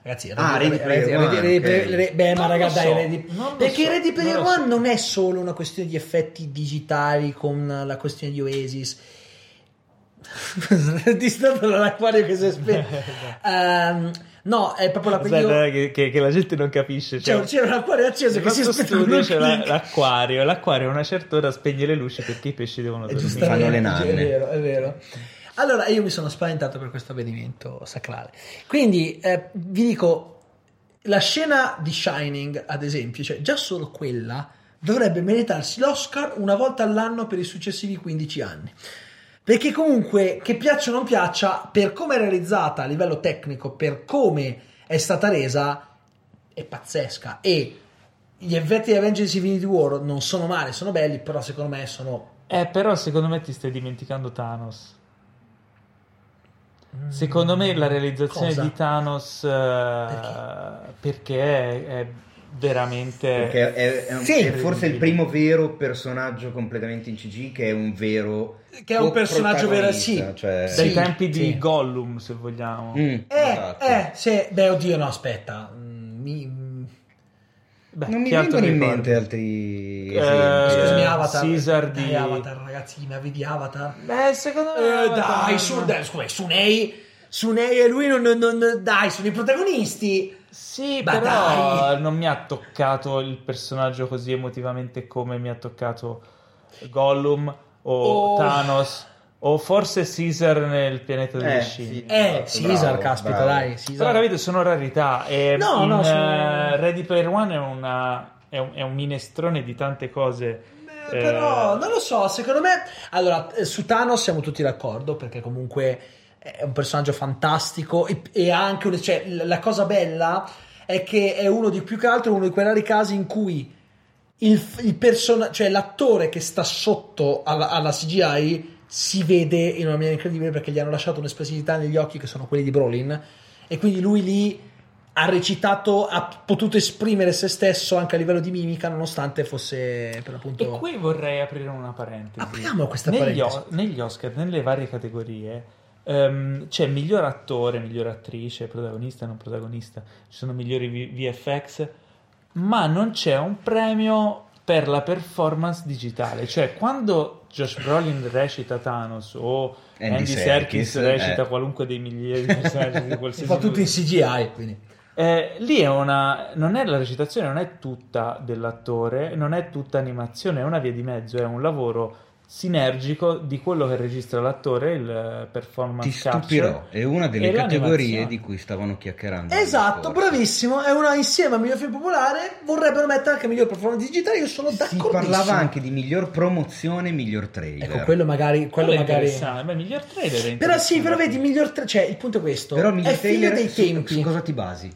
Ragazzi, Ah, Ready Player Ready- One, Ready- ok. Ready- Ready- beh, ma Non raga, lo dai, so, Ready- non lo perché so, Ready Player non lo so. One non è solo una questione di effetti digitali con la questione di Oasis. Distratto dall'acquario che si è spento. Ehm, no, è proprio la Aspetta, questione. eh, che, che- che la gente non capisce. C'era, Cioè, c'era un acquario acceso nel che si è nostro spento. studio non c'è la- clicca. l'acquario. L'acquario a una certa ora spegne le luci perché i pesci devono E dormire. giustamente, Fanno le nanne. È vero, è vero. Allora, io mi sono spaventato per questo avvenimento sacrale. Quindi, eh, vi dico, la scena di Shining, ad esempio, cioè già solo quella dovrebbe meritarsi l'Oscar una volta all'anno per i successivi 15 anni. Perché comunque, che piaccia o non piaccia, per come è realizzata a livello tecnico, per come è stata resa, è pazzesca. E gli effetti di Avengers Infinity War non sono male, sono belli, però secondo me sono... Eh, però secondo me ti stai dimenticando Thanos. Secondo me la realizzazione Cosa? di Thanos eh, perché, è, è veramente... Eh, Perché è, è un- Sì. è forse il primo vero personaggio completamente in CG che è un vero Che è un personaggio vero, sì. protagonista, cioè- Dai Sì, tempi di sì. Gollum, se vogliamo. Mm, Eh, esatto. eh, se... Beh, oddio, no, aspetta. Mm, Mi... Beh, non mi chi altro vengono in ricordi? mente altri Eh, esempi. Scusami, Avatar. Caesar Dai, di- Avatar, ragazzi, ma vedi Avatar? Beh, secondo me... Eh, Avatar- dai, su, dai, scusa, Sunei, Sunei e lui non, non- non- dai, sono i protagonisti. Sì, Ma però dai. non mi ha toccato il personaggio così emotivamente come mi ha toccato Gollum o Oh. Thanos o forse Caesar nel pianeta delle Eh, scimmie. sì, Eh, esatto, Caesar, bravo, caspita, bravo. dai, Però Caesar. capito, sono rarità. E No, in, no, sono- eh, Ready Player One è, una- è un, è un minestrone di tante cose. Eh, però Eh. non lo so, secondo me... Allora, eh, su Thanos siamo tutti d'accordo perché comunque è un personaggio fantastico e, e ha anche... un- cioè, l- la cosa bella è che è uno di più che altro uno di quei rari casi in cui il, il persona- cioè l'attore che sta sotto alla, alla CGI si vede in una maniera incredibile perché gli hanno lasciato un'espressività negli occhi che sono quelli di Brolin e quindi lui lì ha recitato, ha potuto esprimere se stesso anche a livello di mimica nonostante fosse per E l'appunto... qui vorrei aprire una parentesi. Apriamo questa negli, parentesi. o- negli Oscar, nelle varie categorie, ehm, c'è miglior attore, miglior attrice, protagonista, non protagonista, ci sono migliori V- VFX, ma non c'è un premio per la performance digitale. Cioè, quando Josh Brolin recita Thanos o Andy, Andy Serkis, Serkis, recita eh. qualunque dei migliaia di personaggi di Si qualsiasi fa tutto in CGI, quindi... eh, lì è una. Non è la recitazione, non è tutta dell'attore, non è tutta animazione, è una via di mezzo, è un lavoro sinergico di quello che registra l'attore, il eh, performance Ti capture. stupirò, è una delle e categorie l'animazione. di cui stavano chiacchierando. Esatto, l'anno scorso. bravissimo, è una insieme a miglior film popolare, vorrebbero mettere anche miglior performance digitale, io sono Si d'accordissimo. parlava anche di miglior promozione e miglior trailer. Ecco, quello magari... Quello Quello è magari... interessante, ma il miglior trailer è Però sì, interessante. però vedi, miglior tre- cioè il punto è questo, Però è miglior figlio trailer dei su- tempi, Su cosa ti basi?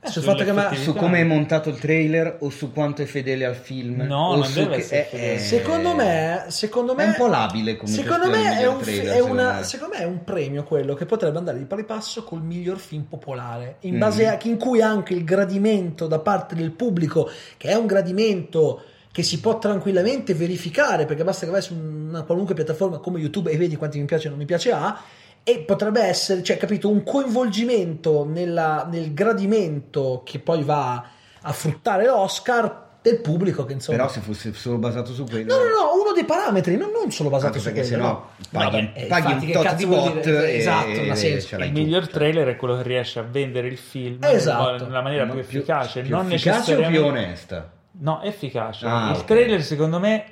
sul fatto che ma- sull'effettività. Su come è montato il trailer o su quanto è fedele al film? No, O non su deve che- essere eh, fedele. eh, secondo me, secondo me È un po' labile come Secondo gestione me del è un, trailer, è una- secondo me. secondo me è un premio quello che potrebbe andare di pari passo col miglior film popolare, in Mm. base a in cui anche il gradimento da parte del pubblico, che è un gradimento che si può tranquillamente verificare, perché basta che vai su una qualunque piattaforma come YouTube e vedi quanti mi piace e non mi piace ha e potrebbe essere, cioè, capito, un coinvolgimento nella- nel gradimento che poi va a fruttare l'Oscar del pubblico che insomma Però se fosse solo basato su quello... No, no, no, uno dei parametri, non, non solo basato Anche su Ah, perché quello. sennò no. paghi- Vabbè, eh, paghi infatti, un che tot cazzo di vuol bot dire? e- Esatto, ma e senso. ce l'hai. Il tutto. miglior trailer è quello che riesce a vendere il film Esatto. nella maniera più Ma efficace, più non efficace o necessariamente più onesta? No, efficace. Ah, il ok. trailer, secondo me,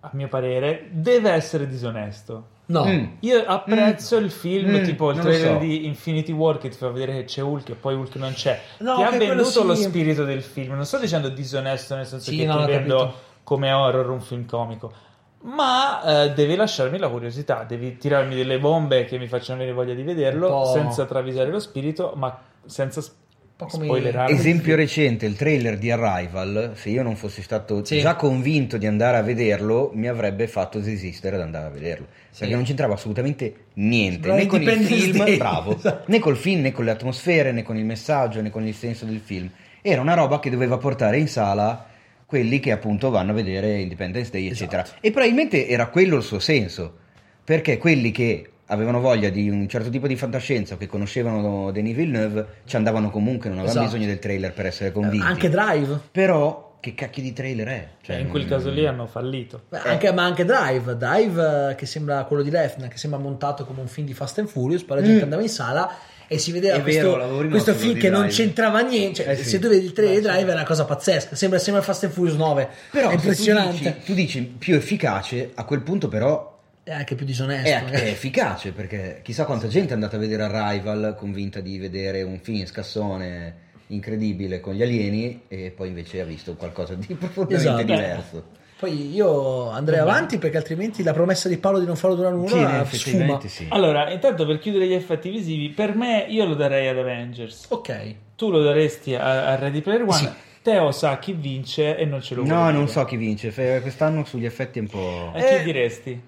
a mio parere, deve essere disonesto. No. Eh, Mm. Io apprezzo Mm. il film, Mm, tipo il non lo trailer so. di Infinity War che ti fa vedere che c'è Hulk e poi Hulk non c'è. No, ti ha che quello venduto sì. lo spirito del film. Non sto dicendo disonesto nel senso Sì, che no, ti ho vendo capito. come horror un film comico. Ma eh, devi lasciarmi la curiosità, devi tirarmi delle bombe che mi facciano avere voglia di Un vederlo po'. senza travisare lo spirito, ma senza s- po' come- spoilerare. Esempio recente, il trailer di Arrival, se io non fossi stato Sì. già convinto di andare a vederlo, mi avrebbe fatto desistere ad andare a vederlo. Sì. Perché non c'entrava assolutamente niente, Sembrava né con il Independence film, Day. bravo, Esatto. né col film, né con le atmosfere, né con il messaggio, né con il senso del film. Era una roba che doveva portare in sala quelli che appunto vanno a vedere Independence Day, eccetera. Esatto. E probabilmente era quello il suo senso, perché quelli che avevano voglia di un certo tipo di fantascienza o che conoscevano Denis Villeneuve ci andavano comunque, non avevano Esatto. bisogno del trailer per essere Eh, convinti. Anche Drive. Però che cacchio di trailer è? Cioè, in quel non- caso lì hanno fallito. Beh, Eh. anche- ma anche Drive, Drive eh, che sembra quello di Lefner, che sembra montato come un film di Fast and Furious, poi la gente Mm. andava in sala e si vedeva È questo, vero, l'avevo rimosso questo quello film di che non Drive. c'entrava niente, cioè, Eh sì. se tu vedi il 3 Beh, di sì. Drive è una cosa pazzesca, sembra, sembra Fast and Furious 9, Però è se tu impressionante, dici- Tu dici, più efficace, a quel punto però è anche più è, disonesto. è magari. efficace perché chissà quanta gente è andata a vedere Arrival convinta di vedere un film scassone incredibile con gli alieni e poi invece ha visto qualcosa di profondamente Esatto. diverso. Poi io andrei Vabbè. avanti perché altrimenti la promessa di Paolo di non farlo durare Sì, nulla eh, sfuma. effettivamente sì. Allora, intanto per chiudere gli effetti visivi, per me io lo darei ad Avengers. Ok. Tu lo daresti a, a Ready Player One. Sì. Teo sa chi vince e non ce lo vuole No, non dire. so chi vince. Fe- Quest'anno sugli effetti è un po'. A chi Eh, diresti?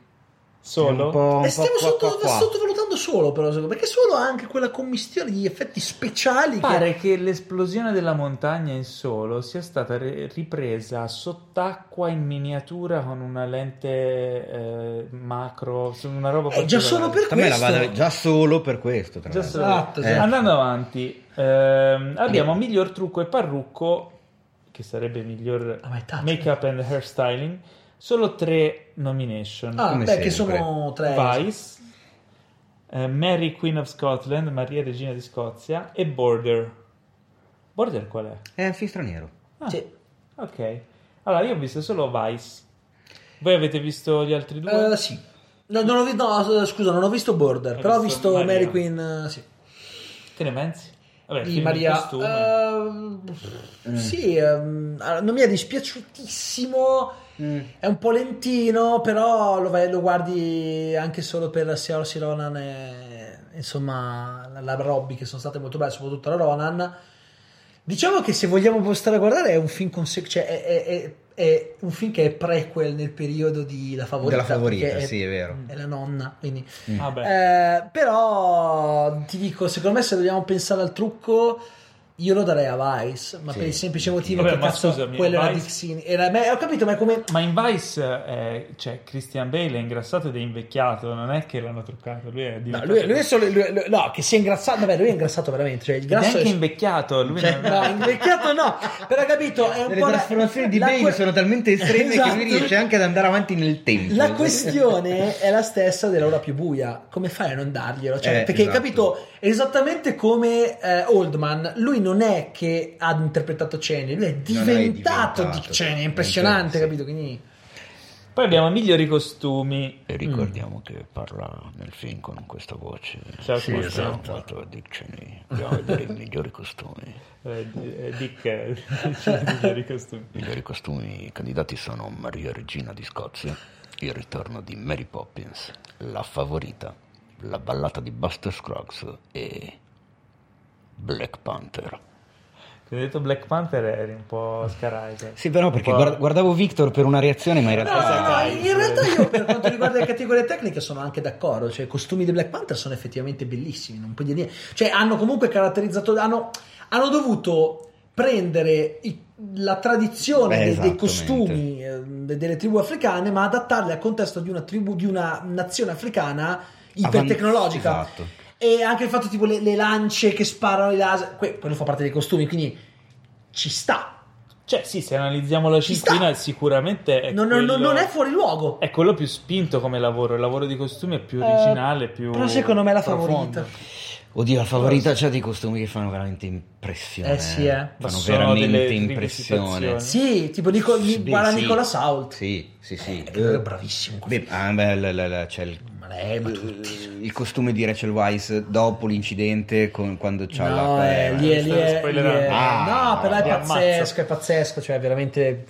Un Solo? po', un E po' stiamo qua, sotto- qua, qua. sottovalutando solo però, secondo me, perché solo ha anche quella commistione di effetti speciali che- Pare che l'esplosione della montagna in solo sia stata ri- ripresa sott'acqua in miniatura con una lente eh, macro, su- una roba Eh, già particolare. solo per A me la questo. vado già solo per questo. Tra Già l'altro. solo- Esatto, esatto. Andando avanti, ehm, abbiamo miglior trucco e parrucco, che sarebbe miglior Ah, ma è tattico. make-up and hairstyling, solo tre nomination. Ah, Come beh, che sempre. sono tre. Vice, eh, Mary Queen of Scotland, Maria Regina di Scozia e Border. Border qual è? È un film straniero. Ah, Sì. Ok. Allora, io ho visto solo Vice. Voi avete visto gli altri due? Eh, sì. No, non ho vi- no, scusa, non ho visto Border, Hai però ho visto visto Maria. Mary Queen, eh, sì, Che ne pensi? Eh, Vabbè, film di in Maria. costume. Eh, Sì, ehm, allora, non mi è dispiaciutissimo. È un po' lentino, però lo, vai- lo guardi anche solo per sia Saoirse Ronan e insomma la, la Robbie che sono state molto belle, soprattutto la Ronan. Diciamo che se vogliamo postare a guardare è un film con se- cioè è, è- è- è un film che è prequel nel periodo di La Favorita. Della favorita, perché è- sì, è vero. È la nonna, quindi... Vabbè. Eh, però ti dico, secondo me se dobbiamo pensare al trucco, io lo darei a Vice, ma Sì. per il semplice motivo Vabbè, che ma cazzo, scusami, quello era Vice- Dixini. Era, ma- ho capito, ma è come... Ma in Vice eh, cioè, Christian Bale è ingrassato ed è invecchiato, non è che l'hanno truccato, lui è No, diventato... lui, lui è solo, lui- lui- no, che si è ingrassato, vabbè, lui è ingrassato veramente, cioè il Ed è grasso anche è... invecchiato, lui Cioè, non- No, invecchiato no, però capito, è un Le po' la- trasformazioni di la Bale que- sono talmente estreme che lui Esatto. riesce anche ad andare avanti nel tempo. La questione è la stessa dell'ora più buia. Come fai a non darglielo? Cioè, Eh, perché esatto. capito esattamente come eh, Oldman, lui non è che ha interpretato Cene, lui è è diventato, di diventato. Cene, è impressionante, Sì. capito? Quindi Poi abbiamo i migliori costumi. E ricordiamo che parla nel film con questa voce. Ciao, Sì, molto, esatto. molto Dictionary. Andiamo a vedere i migliori costumi. Eh, di- eh, Dick, eh, dice i migliori costumi. I migliori costumi i candidati sono Maria Regina di Scozia, Il ritorno di Mary Poppins, La favorita, La ballata di Buster Scruggs e Black Panther. Quando ho detto Black Panther eri un Mm. po' scaraisa. Sì, però perché Un po'- guard- guardavo Victor per una reazione, ma in No, realtà... cosa no, fai? in realtà io per quanto riguarda le categorie tecniche sono anche d'accordo, cioè i costumi di Black Panther sono effettivamente bellissimi, non puoi dire niente. Cioè hanno comunque caratterizzato, hanno, hanno dovuto prendere i- la Beh, tradizione dei- dei, esattamente. costumi eh, de- delle tribù africane, ma adattarli al contesto di una tribù, di una nazione africana ipertecnologica. Avan- Esatto. E anche il fatto tipo le, le lance che sparano i laser, que- quello fa parte dei costumi, quindi ci sta. Cioè, sì, se analizziamo la Ci cinquina, sta. sicuramente è Non, non- quello... non è fuori luogo. È quello più spinto come lavoro. Il lavoro di costumi è più Eh, originale, più. però secondo me è la profondo. favorita. Oddio, la favorita c'ha dei costumi che fanno veramente impressione. Eh sì, eh. Ma Fanno sono delle veramente rivisitazioni. impressione. Sì, tipo Nico, Sì, guarda sì. Nicola Sault. Sì, sì, sì. Eh, quello è bravissimo. Beh, ah, beh, la- la- la- c'è il, Ma lei, eh, ma tutti. il costume di Rachel Weisz dopo l'incidente, con, quando c'ha la No, eh, lì è, lì stai è, lì spoilerando. è- Ah, no, però è vi ammazzo. pazzesco, è pazzesco, cioè veramente...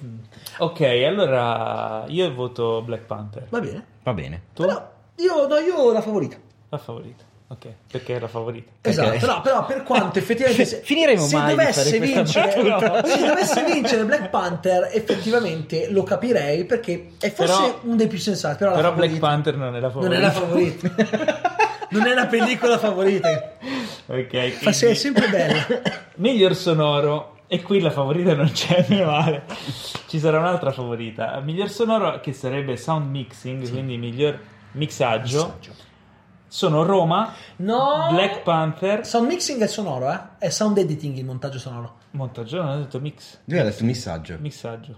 Ok, allora io voto Black Panther. Va bene. Va bene. Tu? Però io, no, io ho la favorita. La favorita. Ok, perché è la favorita. Esatto, Ok. però, però per quanto effettivamente se, Finiremo se mai di dovesse fare questa vincere, battuta? se dovesse vincere Black Panther effettivamente lo capirei perché è forse Però- uno dei più sensati, però, la Però favorita- Black Panther non è la non favorita. è la favorita. non è la pellicola favorita. ok, Ma se è quindi- sempre bella. Miglior sonoro. E qui la favorita non c'è, meno male. Ci sarà un'altra favorita. Miglior sonoro che sarebbe sound mixing, quindi miglior mixaggio. Sono Roma, No. Black Panther. Sound mixing è sonoro, eh? È sound editing il montaggio sonoro. Montaggio, non ho detto mix. Lui ha detto messaggio, Mixaggio.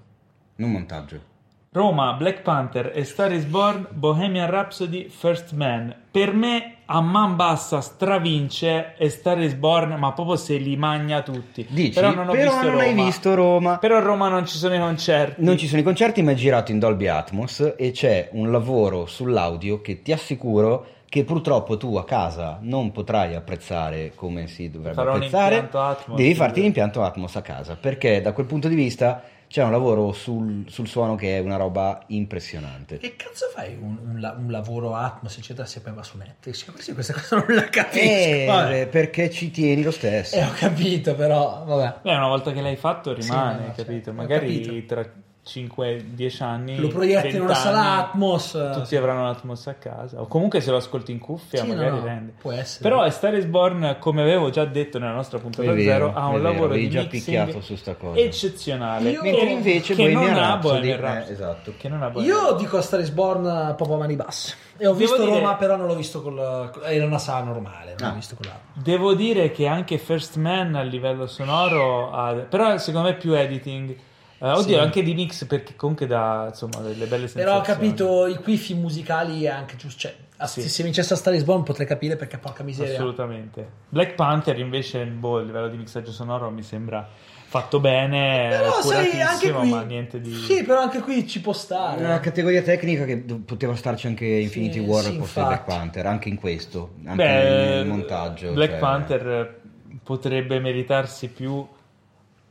non montaggio. Roma, Black Panther e Star is Born, Bohemian Rhapsody, First Man. Per me a man bassa stravince e Star is Born, ma proprio se li magna tutti. Dici, però non, ho visto non hai Roma. visto Roma. Però a Roma non ci sono i concerti. Non ci sono i concerti, ma è girato in Dolby Atmos e c'è un lavoro sull'audio che ti assicuro che purtroppo tu a casa non potrai apprezzare come si dovrebbe Farò un apprezzare. impianto Atmos. Devi farti l'impianto Atmos a casa perché da quel punto di vista C'è un lavoro sul, sul suono che è una roba impressionante. Che cazzo fai un, un la- un lavoro Atmos, eccetera, se poi va su Netflix? Questa, questa cosa non la capisco. Eh, Vabbè. perché ci tieni lo stesso. Eh, ho capito, però, vabbè. Beh, una volta che l'hai fatto rimane, Sì, no, capito? certo, ho Magari capito. tra 5-10 anni Lo proietti in una 20 sala anni, Atmos. Tutti avranno l'Atmos a casa, o comunque se lo ascolti in cuffia, Sì, no, magari no, rende. Può essere. Però A Star is Born, come avevo già detto nella nostra puntata È vero, zero, ha è un vero, lavoro avevi di già mixing picchiato su sta cosa. eccezionale. Io- Mentre invece che non Bohemian ha Rhapsody, Bohemian eh, Rhapsody. esatto. Che non ha Bohemian Io dico a Star is Born eh, proprio a mani basse. E ho Devo visto dire- Roma, però non l'ho visto col. col- Era una sala normale, non Ah. ho visto quella. Devo dire che anche First Man a livello sonoro ha- però secondo me è più editing. Eh, oddio, Sì. anche di mix perché comunque dà insomma delle belle sensazioni. Però ho capito i qui film musicali è anche giusto. Cioè, a- Sì. se- se vincesse a Star is Born potrei capire perché porca miseria. Assolutamente. Black Panther invece, boh, il livello di mixaggio sonoro mi sembra fatto bene, Però sai, anche curatissimo, qui. Eh, ma niente di... Eh, Sì, però anche qui ci può stare. Una categoria tecnica che do- poteva starci anche Infinity Sì, War sì, al posto di Black infatti. Panther, anche in questo, anche Beh, nel montaggio. Black cioè- Panther eh, potrebbe meritarsi più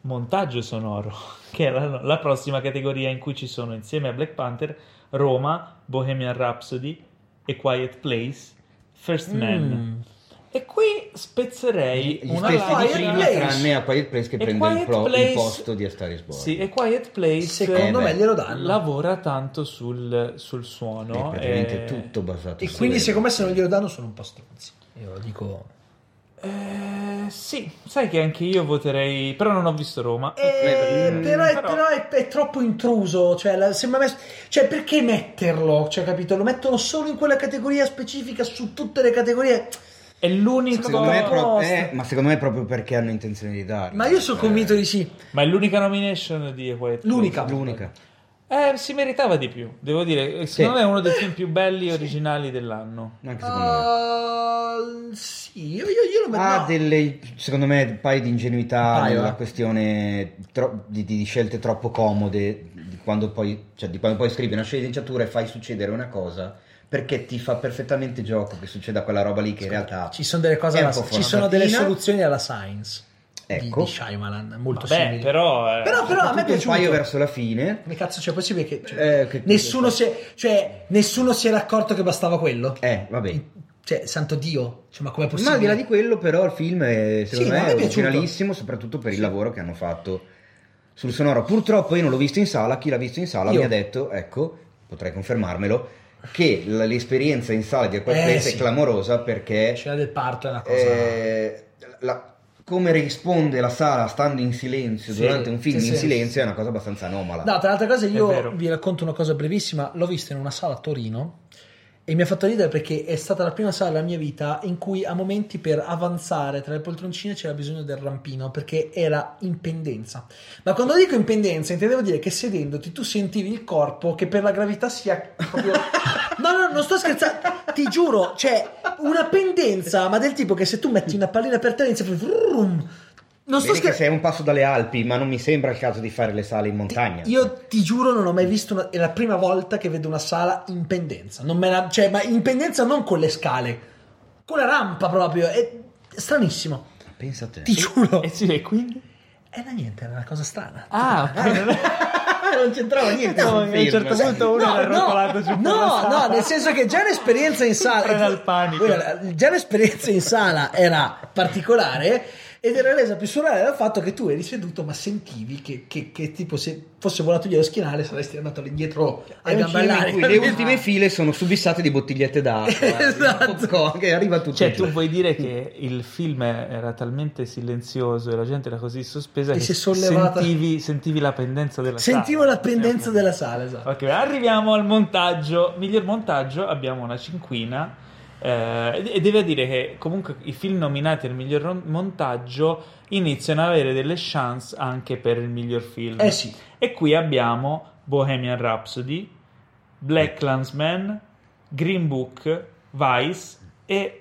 montaggio sonoro, che è la, la prossima categoria in cui ci sono insieme a Black Panther Roma, Bohemian Rhapsody e Quiet Place, First Man. Mm. E qui spezzerei Gli una stessi di linea- Quiet prima, Place. tranne a Quiet Place che E prende il, Quiet pro- il Place- posto di A Star is Born. Sì, e Quiet Place Secondo Eh, me beh. glielo danno. lavora tanto sul, sul È suono. praticamente eh, tutto basato E su quindi, quello. secondo me, se non glielo danno, sono un po' stronzi. Io dico. eh, sì, sai che anche io voterei, però non ho visto Roma. Eh, Mm, però, è, però è- è troppo intruso. Cioè, la- sembra messo- cioè, perché metterlo? Cioè, capito? Lo mettono solo in quella categoria specifica, su tutte le categorie. è l'unico... Secondo me è pro- Proposta. eh, ma secondo me è proprio perché hanno intenzione di darlo. Ma io sono Eh, convinto di sì. Ma è l'unica nomination di Quiet Place. L'unica. L'unica. Eh, si meritava di più, devo dire. Eh, Secondo Sì. me è uno dei film più belli e originali dell'anno. Ah, Anche secondo me. Uh, sì, io, io, io lo metto. ha no. Ah, delle, secondo me, un paio di ingenuità Un paio, nella eh. questione tro- di, di scelte troppo comode di quando, poi, cioè, di quando poi scrivi una sceneggiatura e fai succedere una cosa perché ti fa perfettamente gioco che succeda quella roba lì che in realtà Ci sono delle cose è un alla- po' ci sono delle forzatina. soluzioni alla science Ecco. di, di Shyamalan, molto Vabbè, simili. però... eh, però, però a Soprattutto me è un paio piaciuto. verso la fine Come cazzo c'è possibile che, cioè, Eh, che- nessuno, si è, cioè, nessuno si era accorto che bastava quello? eh vabbè Cioè, santo Dio, cioè, ma com'è ma possibile? al di là di quello però il film è Sì, secondo ma a me me è è piaciuto. originalissimo soprattutto per il lavoro che hanno fatto sul sonoro purtroppo io non l'ho visto in sala chi l'ha visto in sala Io. mi ha detto ecco potrei confermarmelo che l- l'esperienza in sala di A Eh, Place sì. è clamorosa perché La scena del parto è una cosa... eh, la- come risponde la sala stando in silenzio Sì, durante un film sì, in sì. silenzio è una cosa abbastanza anomala No, tra l'altra cosa È vero. io vi racconto una cosa brevissima, l'ho vista in una sala a Torino e mi ha fatto ridere perché è stata la prima sala della mia vita in cui a momenti per avanzare tra le poltroncine c'era bisogno del rampino perché era in pendenza. Ma quando dico in pendenza intendevo dire che sedendoti tu sentivi il corpo che per la gravità sia proprio... No, no, non sto scherzando, ti giuro, c'è una pendenza, ma del tipo che se tu metti una pallina per terra inizia a fare vrum. Non sto Vedi che scherzando. sei un passo dalle Alpi ma non mi sembra il caso di fare le sale in montagna Io ti giuro, non ho mai visto una. È la prima volta che vedo una sala in pendenza. Non me la- cioè, ma in pendenza non con le scale, con la rampa proprio. È stranissimo. pensa a te Ti giuro. Eh sì, e quindi? Era niente, era una cosa strana. Ah, poi non è- non c'entrava niente No, col a un film. certo punto uno l'ha rotolato su per la no, sala. no, nel senso che già l'esperienza in sala Preda il panico. Guarda, già l'esperienza in sala era particolare ed era resa più surreale dal fatto che tu eri seduto ma sentivi che, che- che tipo se fosse volato via lo schienale saresti andato all'indietro È a un film in gambellare cui le ultime file sono subissate di bottigliette d'acqua eh, Esatto. di popcorn, che arriva tutto Cioè, giù. tu vuoi dire che il film era talmente silenzioso e la gente era così sospesa E che si è sollevata. sentivi, sentivi la pendenza della sala. Sentivo la pendenza Sì, della appunto. sala, esatto. Ok, arriviamo al montaggio. Miglior montaggio, abbiamo una cinquina. eh, e devo dire che comunque i film nominati al miglior ron- montaggio iniziano ad avere delle chance anche per il miglior film. Eh sì, E qui abbiamo Bohemian Rhapsody, Black Clansman, Green Book, Vice e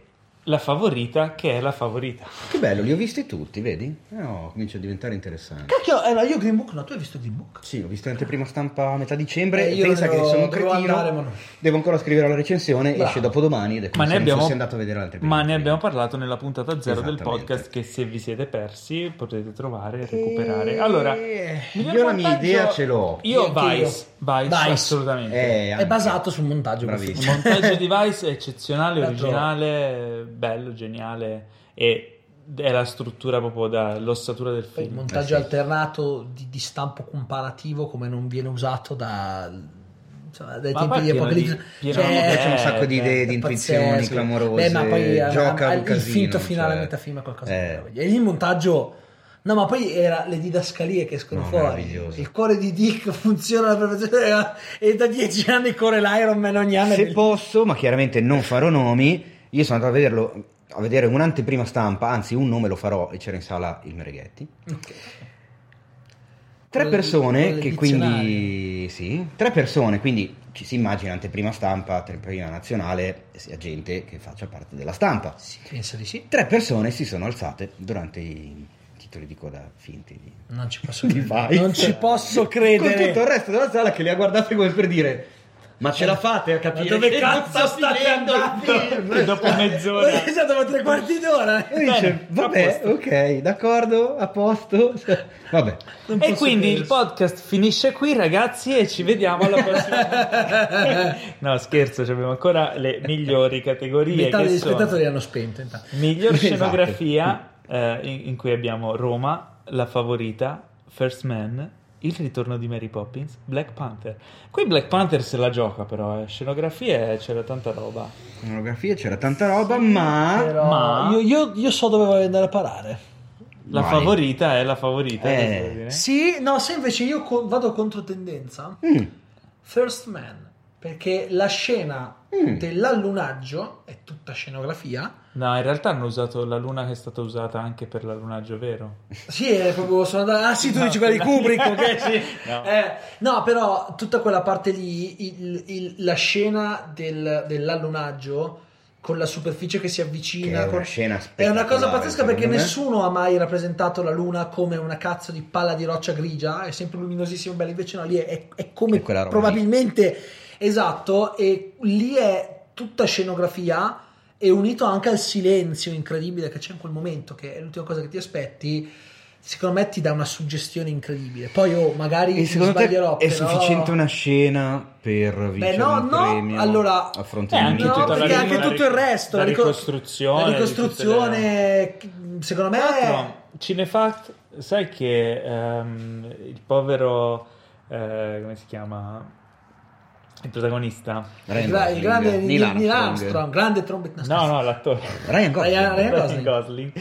La favorita, che è la favorita. Che bello, li ho visti tutti, vedi? Eh, oh, comincia a diventare interessante. Cacchio, eh, no, io Green Book, no, tu hai visto Green Book? Sì, ho visto l'anteprima stampa a metà dicembre Eh, e io pensa devo- che sono un devo cretino. andare, ma no. Devo ancora scrivere la recensione, Bravo. esce dopodomani ed è come Ma ne, se non abbiamo, fossi andato a vedere l'anteprima. ma ne abbiamo parlato nella puntata zero del Esattamente. podcast che se vi siete persi potete trovare e recuperare. Allora, Eh, miglior io la mia montaggio- idea ce l'ho. Io Io anche Vice, Vice, Vice. assolutamente. Eh, È anche. basato sul montaggio. Bravissimo. Il questo. montaggio di Vice è eccezionale, L'altro- originale, bello, geniale e è la struttura proprio dall'ossatura del Poi il film. montaggio Eh sì. alternato di, di stampo comparativo come non viene usato da, insomma, dai Ma tempi poi di pieno di- Apocalisse. pieno No, di- mi piace eh, un sacco di eh, idee, è di intuizioni pazzesco. clamorose. Beh, ma poi eh, gioca al- un casino. il finto finale cioè. a metà film è qualcosa di Eh, meraviglioso. E il montaggio No, ma poi era le didascalie che escono No, fuori. meraviglioso. Il cuore di Dick funziona alla perfezione eh, e da dieci anni corre l'Iron Man ogni anno. è Se bellissimo. posso, ma chiaramente non farò nomi, io sono andato a vederlo a vedere un'anteprima stampa, anzi un nome lo farò e c'era in sala il Mereghetti. Tre Quello del- persone quello del che quindi sì, tre persone, quindi ci si immagina anteprima stampa, anteprima nazionale, sia gente che faccia parte della stampa. Sì, penso di sì. Tre persone si sono alzate durante i titoli di coda finti di Non ci posso Di credere. Vice. Non ci posso credere. Con tutto il resto della sala che li ha guardati come per dire ma ce la fate a capire Ma dove che cazzo sta state finendo il andando? film?" E dopo mezz'ora... È già dopo tre quarti d'ora. E dice, Bene, a vabbè, posto." ok, d'accordo, a posto. Vabbè, Non E posso quindi credere. il podcast finisce qui, ragazzi, e ci vediamo alla prossima. no, scherzo, ci abbiamo ancora le migliori categorie. Metà che degli sono spettatori hanno spento. intanto. Miglior Esatto. scenografia, eh, in, in cui abbiamo Roma, La Favorita, First Man, Il ritorno di Mary Poppins, Black Panther. Qui Black Panther se la gioca, però, eh. scenografie eh, c'era tanta roba. monografia c'era tanta roba, ma... Però Ma- io, io- io so dove voglio andare a parare. La Vai. favorita è la favorita. Eh, nell'ordine. Sì, no, se invece io co- vado contro tendenza, Mm, First Man, perché la scena Mm. dell'allunaggio è tutta scenografia. No, in realtà hanno usato la luna che è stata usata anche per l'allunaggio, vero? Sì, è proprio sono andato- Ah, sì, tu No, dici quella di quella- Kubrick, ok? Sì. No. Eh, no, però tutta quella parte lì, il- il- la scena del- dell'allunaggio con la superficie che si che avvicina, è con- una scena È una spettacolare, cosa pazzesca secondo perché me. nessuno ha mai rappresentato la Luna come una cazzo di palla di roccia grigia, è sempre luminosissima e bella, invece no, lì è, è come È quella roba probabilmente esatto, e lì è tutta scenografia e unito anche al silenzio incredibile che c'è in quel momento, che è l'ultima cosa che ti aspetti, secondo me ti dà una suggestione incredibile. Poi oh, magari E mi secondo te sbaglierò, è però- sufficiente una scena per vincere no, un no, premio allora- a fronte Eh, di anche un No, tutta la perché ric- anche la tutto ric- il resto, la la rico- ricostruzione, la di tutte ricostruzione, secondo me Tra è... l'altro, Cinefact, sai che ehm, il povero, eh, come si chiama, il protagonista? Ryan il, gra- Gosling, il grande Neil, Neil Neil Armstrong. Armstrong, grande trombetta. No, no, l'attore. Ryan Eh, Gosling. Ryan- Ryan Ryan Gosling.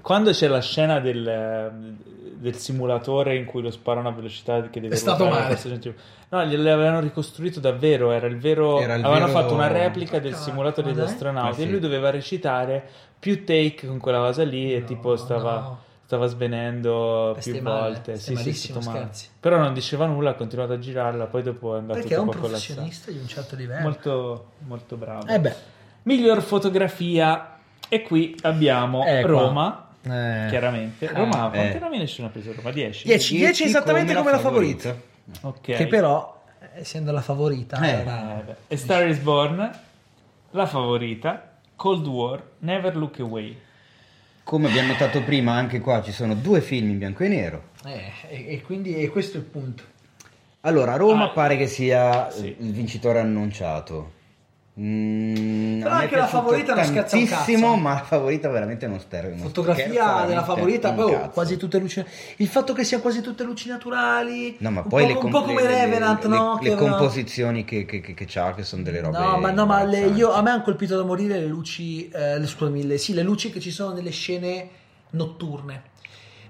Quando c'è la scena del, ehm, del simulatore in cui lo spara a una velocità che deve È stato ruotare male. a 400 No, gliel'avevano ricostruito davvero, era il vero... Era il avevano vero- fatto una replica del Cazzo, simulatore degli ma dai. astronauti Eh e sì. lui doveva recitare più take con quella cosa lì e No, tipo stava... no. Stava svenendo Beh, più Eh, stai male, volte. stai Sì, sì, malissimo, stato male. scherzi. Però non diceva nulla, ha continuato a girarla. Poi dopo è andato Perché è un un po' a collassare. professionista di un certo livello. Molto, molto bravo. Eh beh, Miglior fotografia. E qui abbiamo Eh, qua. Roma, Eh. chiaramente. Roma, Eh. quanti nomi ne ha preso Roma? 10? 10, 10 esattamente come la favorita. Ok. Che però, essendo la favorita, Eh. Eh, era- beh. e Star is Born, la favorita, Cold War, Never Look Away. Come abbiamo notato prima, anche qua ci sono due film in bianco e nero. eh, e, e quindi e questo è il punto. Allora, Roma Ah, pare che sia sì. il vincitore annunciato. Mm, Però a me è anche la piaciuto favorita non scherza un tantissimo, cazzo. ma la favorita veramente non sterra. non Mm. scherza Fotografia veramente della favorita, un poi oh, cazzo. quasi tutte luci. Il fatto che siano quasi tutte luci naturali, No, ma un poi po' le com- un com- po' come le- le- Revenant, le- no? le Che era- composizioni che, che, che, che c'ha, che sono delle robe. No, ma, no, ma le- io, a imbarazzanti. me hanno colpito da morire le luci, eh, le- scusami, le, sì, le luci che ci sono nelle scene notturne.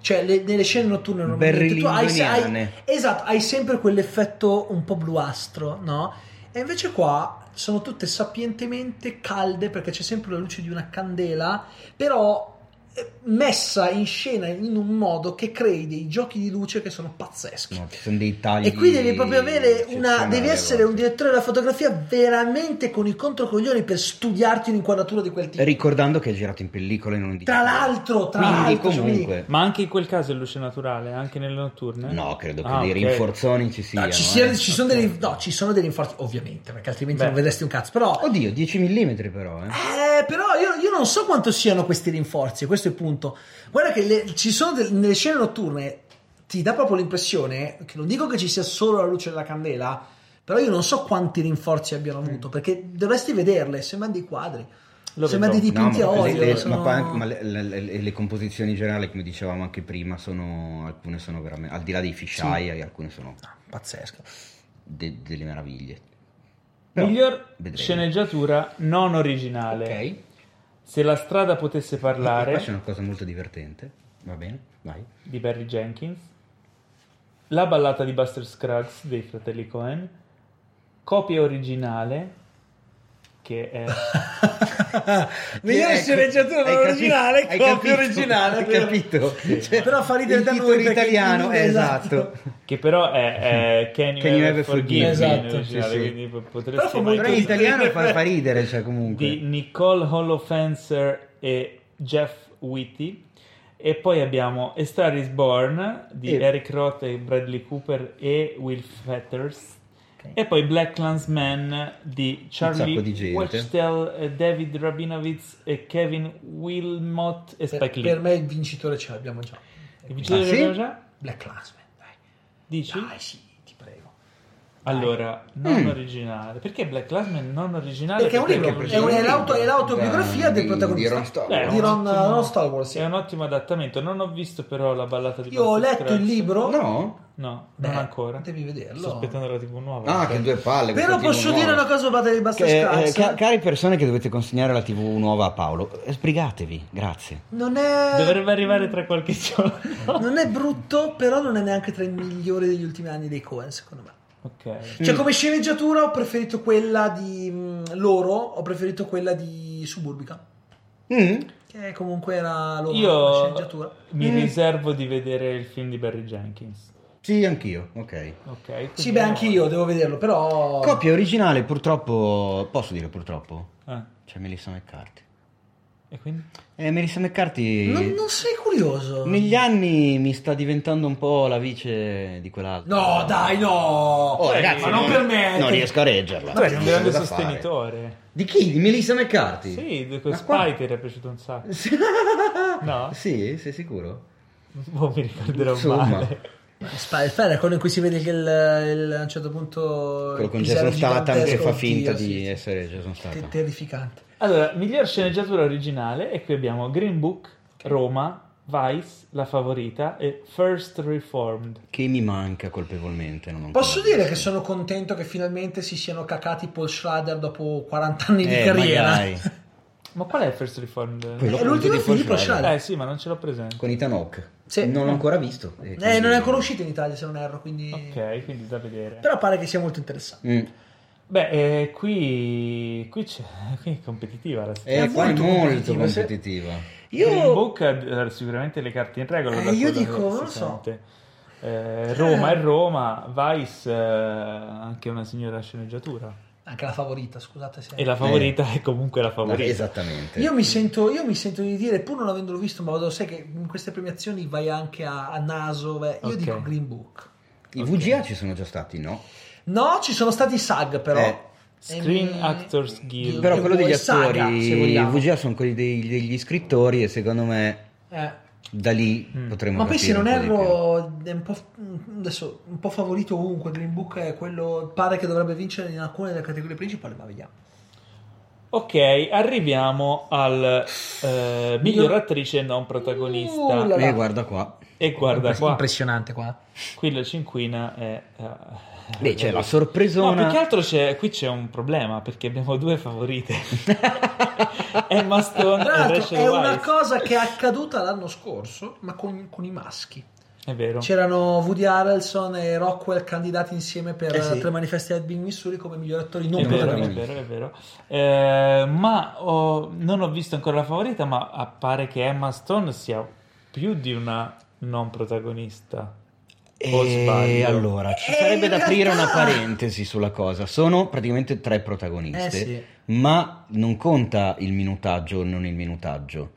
Cioè, le- nelle scene notturne normalmente tu hai, se- hai- Berlingoniane. esatto, hai sempre quell'effetto un po' bluastro, no? E invece qua sono tutte sapientemente calde perché c'è sempre la luce di una candela, però eh, messa in scena in un modo che crei dei giochi di luce che sono pazzeschi. No, ci sono dei tagli. E qui devi proprio avere una. eccezionali Devi a essere un volte. direttore della fotografia veramente con i controcoglioni per studiarti un'inquadratura di quel tipo. Ricordando che è girato in pellicola e non in Tra digitale. l'altro, tra Quindi, l'altro, cioè, quindi- comunque, Ma anche in quel caso è luce naturale, anche nelle notturne? Eh. no, credo che Ah, dei ok. rinforzoni ci siano. No, ci, sia- eh. ci sono dei, no, ci sono dei rinforzi, ovviamente, perché altrimenti Beh. non vedresti un cazzo. Però, Oddio, 10 mm però, eh. eh, però io, io non so quanto siano questi rinforzi, questo è il punto. Guarda che le- ci sono del- nelle scene notturne, ti dà proprio l'impressione, che non dico che ci sia solo la luce della candela, però io non so quanti rinforzi abbiano Mm. avuto, perché dovresti vederle, sembrano dei quadri, Lo sembrano dei vedrò. No, dipinti ma, a le, olio. le- sono- ma poi anche- ma le, le- le- le composizioni in generale, come dicevamo anche prima, sono alcune sono veramente al di là dei fisheye, alcune sono Ah, Pazzesco. de- delle meraviglie. Però, Miglior vedremo. sceneggiatura non originale. Ok, Se la strada potesse E qua c'è parlare una cosa molto divertente. Va bene, vai. di Barry Jenkins, la ballata di Buster Scruggs dei fratelli Cohen, copia originale che è Migliore Ecco, sceneggiatura hai non capi- originale, hai copia capito? originale. Hai vero? capito? Cioè, Però fa ridere il da noi titolo perché- italiano, eh, esatto. che però è, è Can You Can You Ever Ever Forgive Forgive Me? Me in Esatto, originale, sì, sì. quindi po- Però fa potresti molto mai Però in ridere. italiano fa, fa ridere, cioè comunque. di Nicole Holofencer e Jeff Whitty. E poi abbiamo A Star is Born di E- Eric Roth e Bradley Cooper e Will Fetters. E poi Black Clansman di Charlie sacco di gente. Wachtel, eh, David Rabinowitz e Kevin Wilmot e Per, Spike Lee. per me il vincitore ce l'abbiamo già. Il vincitore Ah, sì? della già? Black Clansman, dai. Dici? Dai, sì, ti prego. Allora, non Mm. originale. Perché Black Clansman non originale? Ah, Perché è un libro, lo- perché è, un- è preso- l'auto- è l'autobiografia di- del di protagonista. Ron Stallworth. Beh, è Eh, un Di Ron- eh, ottimo- Ron Stallworth, sì. È un ottimo adattamento. Non ho visto però la ballata di Io ho Buster letto il Scruggs. libro. No? No, Beh, non ancora. Devi vederlo. Sto aspettando la TV nuova. Ah, che due palle. questo Però tipo posso nuovo. dire una cosa sulla di Buster Che, eh, Scruggs? ca- cari persone che dovete consegnare la TV nuova a Paolo, eh, sbrigatevi, grazie. Non è... Dovrebbe arrivare tra qualche giorno. Non è brutto, però non è neanche tra i migliori degli ultimi anni dei Cohen, secondo me. ok. Cioè, Mm. come sceneggiatura ho preferito quella di mh, loro, ho preferito quella di Suburbica, Mm? che comunque era loro la Io sceneggiatura. mi Mm. riservo di vedere il film di Barry Jenkins. Sì, anch'io, ok. Ok. quindi Sì, beh, no. anch'io devo vederlo, però... Copia originale, purtroppo, posso dire purtroppo? Ah, C'è Cioè, Melissa McCarthy. e quindi? Eh, Melissa McCarthy Non, non sei curioso? negli anni mi sta diventando un po' la vice di quell'altro. No, dai, no! Cioè, Oh, Eh, ragazzi, ma non no- per me. Non riesco a reggerla. Tu eri Non un c'è grande cosa da fare. sostenitore. Di chi? Di Melissa McCarthy? Sì, di Ma quel qua- Spy ti era piaciuto un sacco. No? Sì, sei sicuro? Boh, mi ricorderò Insomma. male. Sp- Spera, quello in cui si vede che il, il- a un certo punto... Quello con il pisello Jason Statham che gigantesco, fa finta oddio, di Esatto. sì, essere Jason sì. Te- Statham. terrificante. Allora, miglior sceneggiatura originale e qui abbiamo Green Book, Roma, Vice, La Favorita e First Reformed. Che mi manca colpevolmente. non ho ancora Posso dire visto. che sono contento che finalmente si siano cacati Paul Schrader dopo 40 anni di Eh, carriera. magari. Ma qual è First Reformed? Quello È l'ultimo di Paul film di Schrader. Paul Schrader. Eh sì, ma non ce l'ho presente. Con Ethan Hawke. Sì. Non l'ho ancora visto. e Eh, quindi- non è ancora uscito in Italia, se non erro, quindi... Ok, quindi da vedere. Però pare che sia molto interessante. Mm. Beh, eh, qui, qui, c'è, qui è competitiva la situazione. Eh, qua è molto molto competitiva, se- competitiva. Green Eh, Io... Book ha eh, sicuramente le carte in regola. Eh, da io quello dico, che si non lo so. Ah. sente. Eh, Roma è Roma, Vice eh, anche una signora sceneggiatura. Anche la favorita, scusate se... E la favorita è comunque la favorita. No, Eh, esattamente. Io mi, sento, io mi sento di dire, pur non avendolo visto, ma vado, sai che in queste premiazioni vai anche a, a naso. beh, io Ok. dico Green Book. I VGA ci sono già stati, no? No, ci sono stati i SAG, però. Eh, Screen Ehm, Actors Guild. Però che quello degli vuoi, saga, attori, se i vogliamo. VGA sono quelli dei- degli scrittori e secondo me Eh. da lì Mm. potremmo Ma poi se capire non un po' di erro, è un po', f- mm, adesso, un po' favorito ovunque. Green Book è quello, pare che dovrebbe vincere in alcune delle categorie principali, ma vediamo. Ok, arriviamo al eh, miglior attrice non protagonista. Uh, la- più. Eh, guarda qua. E guarda qua, Impressionante qua. qui la cinquina è... eh, Beh, c'è la No, sorpresona. più che altro c'è, qui c'è un problema perché abbiamo due favorite. Emma Stone Tra e l'altro Rachel è una Weisz. cosa che è accaduta l'anno scorso, ma con, con i maschi. È vero. C'erano Woody Harrelson e Rockwell candidati insieme per Eh sì. tre manifesti ad Big Missouri come migliori attori non È vero, è protagonisti. vero, è vero. Eh, ma ho- non ho visto ancora la favorita, ma appare che Emma Stone sia più di una non protagonista. O E sbaglio? Eh, allora ci Eh, sarebbe in da aprire realtà- una parentesi sulla cosa. Sono praticamente tre protagoniste, Eh sì. ma non conta il minutaggio o non il minutaggio.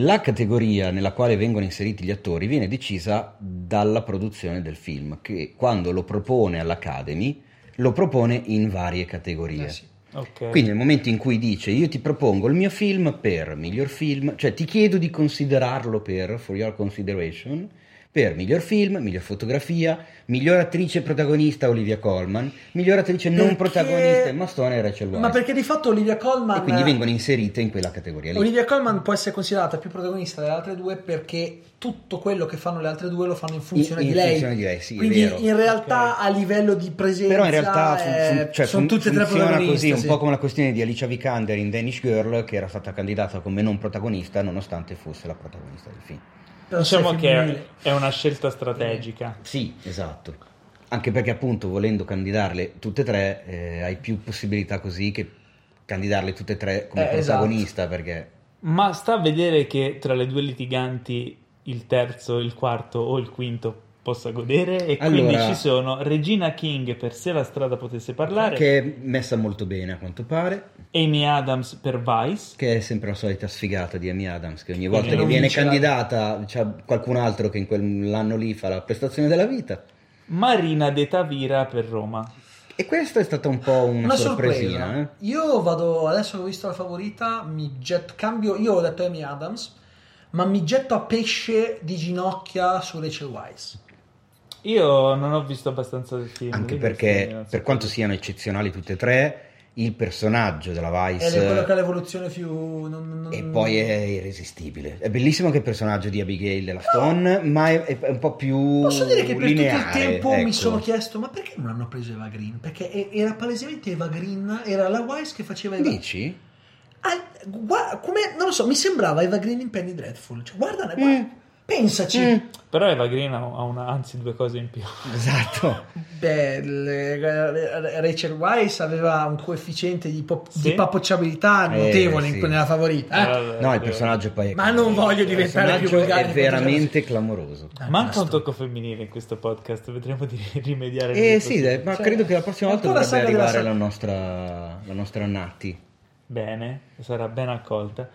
La categoria nella quale vengono inseriti gli attori viene decisa dalla produzione del film, che quando lo propone all'Academy lo propone in varie categorie. Eh sì. Ok. Quindi nel momento in cui dice io ti propongo il mio film per miglior film, cioè ti chiedo di considerarlo per, for your consideration, per miglior film, miglior fotografia, miglior attrice protagonista Olivia Colman, miglior attrice non Perché- protagonista Emma Stone e Rachel Weisz. Ma perché di fatto Olivia E Colman quindi vengono inserite in quella categoria lì. Olivia Colman può essere considerata più protagonista delle altre due perché tutto quello che fanno le altre due lo fanno in funzione In- di in lei. funzione di lei, sì, è Quindi vero. in realtà a livello di presenza Però in realtà fun- eh, fun- cioè, sono fun- tutte e tre funziona protagoniste. così, un sì. po' come la questione di Alicia Vikander in Danish Girl che era stata candidata come non protagonista nonostante fosse la protagonista del film. Però diciamo sei che femminile. è una scelta strategica. Sì, esatto. Anche perché appunto volendo candidarle tutte e tre eh, hai più possibilità così che candidarle tutte e tre come Eh, esatto. protagonista perché Ma sta a vedere che tra le due litiganti il terzo, il quarto o il quinto possa godere. E quindi Allora- ci sono Regina King per Se la strada potesse parlare, che è messa molto bene a quanto pare, Amy Adams per Vice. che è sempre la solita sfigata di Amy Adams che ogni Che volta che non viene vince la- candidata c'è qualcun altro che in quell'anno lì fa la prestazione della vita. Marina De Tavira per Roma. E questa è stata un po' una, Una sorpresina. sorpresa. eh. Io vado adesso che ho visto la favorita, mi getto cambio. Io ho detto Amy Adams, ma mi getto a pesce di ginocchia su Rachel Weisz. Io non ho visto abbastanza del film. Anche quindi perché non so. per quanto siano eccezionali tutte e tre, il personaggio della È Vice... quello che ha l'evoluzione più. non- non- E poi è irresistibile. È bellissimo che il personaggio di Abigail della Stone, ma è, è un po' più. Posso dire che per lineare, tutto il tempo ecco. mi sono chiesto: ma perché non hanno preso Eva Green? Perché e- era palesemente Eva Green, era la Weiss che faceva Eva Dici? Ah, gua- come, non lo so, mi sembrava Eva Green in Penny Dreadful. Cioè, guarda, guarda, Mm. pensaci. Mm, Però Eva Green ha ha una, anzi due cose in più. esatto. Beh, le- re- Rachel Weiss aveva un coefficiente di, pop- Sì. di papocciabilità notevole Eh, in- sì. nella favorita. eh. Vabbè, No, il devo- personaggio poi. È Ma non voglio il diventare più personaggio volgare. È di quanto veramente clamoroso. già- Manca un tocco femminile in questo podcast, vedremo di rimediare. Eh nelle sì, prossime- dai, ma Cioè, credo che la prossima è un volta po' la dovrebbe saga della arrivare saga. la nostra, la nostra Natti. Bene, sarà ben accolta.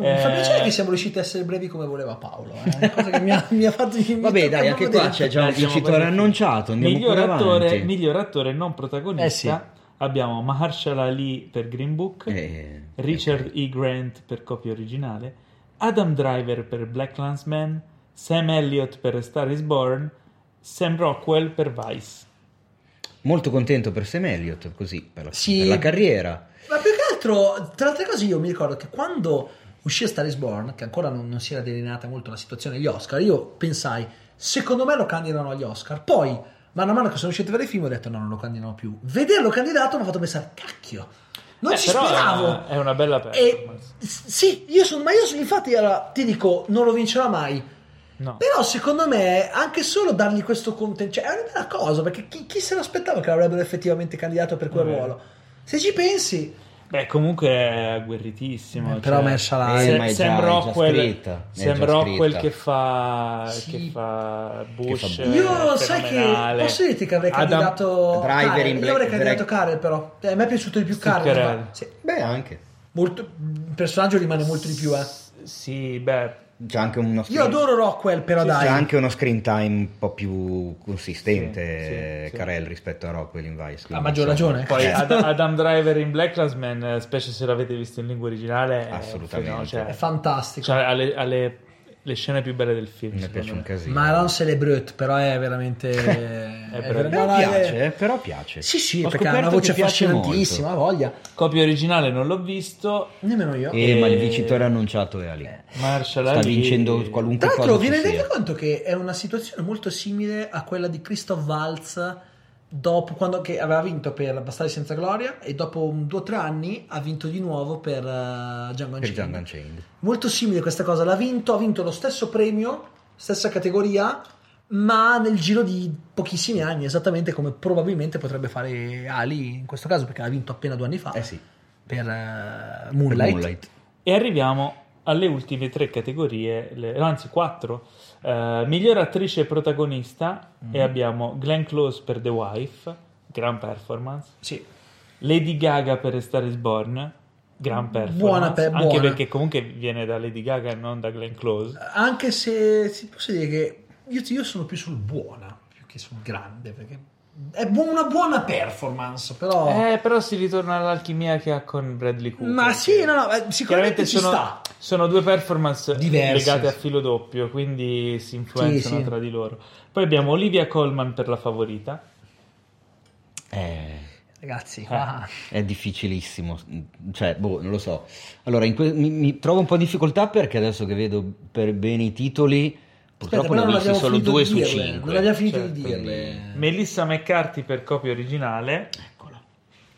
Mm, Mi fa Eh, piacere che siamo riusciti a essere brevi come voleva Paolo. eh. È una cosa che mi ha, mi ha fatto mi Vabbè, tocca dai, anche proprio qua dentro. c'è già dai, un eh, siamo vincitore quasi- annunciato. Andiamo miglior, pure attore, avanti. miglior attore non protagonista Eh sì. abbiamo Mahershala Ali per Green Book, Eh, Richard ok. E. Grant per copia originale, Adam Driver per Black Landsman, Sam Elliott per A Star is Born, Sam Rockwell per Vice. Molto contento per Sam Elliott, così, per la, Sì. per la carriera. Ma più che altro, tra le altre cose, io mi ricordo che quando uscì a Star is Born, che ancora non, non si era delineata molto la situazione agli Oscar, io pensai, secondo me lo candidano agli Oscar. Poi, mano a mano che sono usciti per i film, ho detto no, non lo candidano più. Vederlo candidato mi ha fatto pensare, cacchio, non Eh, ci però è speravo. una- È una bella performance. E, s- sì, io sono, ma io sono, infatti, allora, ti dico, non lo vincerà mai. No. Però secondo me anche solo dargli questo contenuto cioè, è una bella cosa perché chi, chi se l'aspettava che l'avrebbero effettivamente candidato per quel Vero. ruolo? Se ci pensi, Beh, cocomunque è agguerritissimo. Eh, però cioè, Mahershala Ali- Sam- Eh, ma è già- Sam è già Rockwell, scritta, è Sam già Rockwell scritta. che fa, Sì. che fa Bush. Che fa- Io è sai che fenomenale. posso dirti che avrei Adam- candidato Eh, Driver Carell. in Io Black- avrei candidato Black- Carell però. Eh, a me è piaciuto di più Steve Carell. Carell. ma- sì, Beh, anche. molto- il personaggio rimane molto di più, eh. Sì, beh, C'è anche uno screen, Io adoro Rockwell, però Sì, dai. c'è anche uno screen time un po' più consistente, Sì, sì, sì. Carell, rispetto a Rockwell in Vice. A quindi, maggior insomma, ragione. poi eh, Ad- Adam Driver in Black Lives Man, eh, specie se l'avete visto in lingua originale, è Assolutamente. un fenomeno, cioè, È fantastico. cioè, ha le, ha le- le scene più belle del film. mi secondo piace me. un casino. Ma non se le brut, però è veramente è brutto. ver- Eh, Però no, no, è- piace, eh, però piace. Sì, sì, Ho perché ha una scoperto voce che piace affascinantissima, ha voglia. Copia originale non l'ho visto. Nemmeno io. molto. Eh, ma il E- vincitore annunciato è Ali. Marshall Sta Ali- vincendo qualunque eh, Tra cosa. l'altro vi ci rendete sia. conto che è una situazione molto simile a quella di Christoph Waltz dopo, quando, che aveva vinto per Bastare senza gloria e dopo un, due o tre anni ha vinto di nuovo per eh, Django Per Unchained. Django Unchained. Molto simile questa cosa, l'ha vinto, ha vinto lo stesso premio, stessa categoria, ma nel giro di pochissimi anni, esattamente come probabilmente potrebbe fare Ali in questo caso, perché ha vinto appena due anni fa Eh sì, per, eh, per Moonlight. Moonlight. E arriviamo alle ultime tre categorie, le- no, anzi quattro. Eh, miglior attrice protagonista Mm-hmm. e abbiamo Glenn Close per The Wife, gran performance. Sì. Lady Gaga per A Star is Born, gran performance. Buona per- anche buona. perché comunque viene da Lady Gaga e non da Glenn Close. Anche se ti posso dire che io, io sono più sul buona più che sul grande, perché è bu- una buona performance, però... Eh, però si ritorna all'alchimia che ha con Bradley Cooper. ma sì, no, no, eh, Chiaramente sicuramente ci sono, sta. sono due performance Diverse. legate a filo doppio, quindi si influenzano Sì, sì. tra di loro. Poi abbiamo Olivia Colman per la favorita. Eh, Ragazzi, qua... è difficilissimo, cioè, boh, non lo so. Allora, in que- mi, mi trovo un po' in difficoltà perché adesso che vedo per bene i titoli, purtroppo però ne ho non visti abbiamo solo finito due di su dirle, cinque. Non abbiamo finito Cioè, di quindi- dirle. Melissa McCarthy per copia originale,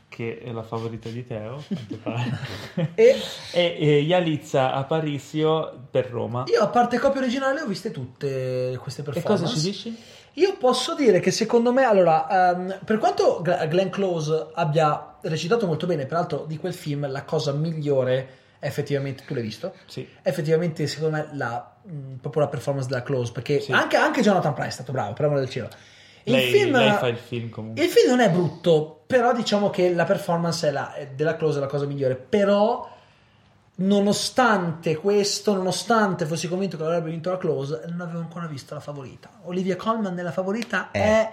che è la favorita di Teo, a quanto pare. E e, e Yalitza Aparicio per Roma. io, a parte copia originale, ho viste tutte queste E performance. cosa ci dici? Io posso dire che secondo me, allora, ehm, per quanto Gl- Glenn Close abbia recitato molto bene, peraltro di quel film la cosa migliore è effettivamente, tu l'hai visto? Sì. È effettivamente secondo me la, mh, proprio la performance della Close, perché Sì. anche, anche Jonathan Price è stato bravo, per amore del cielo. Il Lei, film, lei fa il film comunque. il film non è brutto, però diciamo che la performance è la- è della Close è la cosa migliore, però nonostante questo, nonostante fossi convinto che avrebbe vinto la Close, non avevo ancora visto la favorita. Olivia Colman nella favorita Eh. è,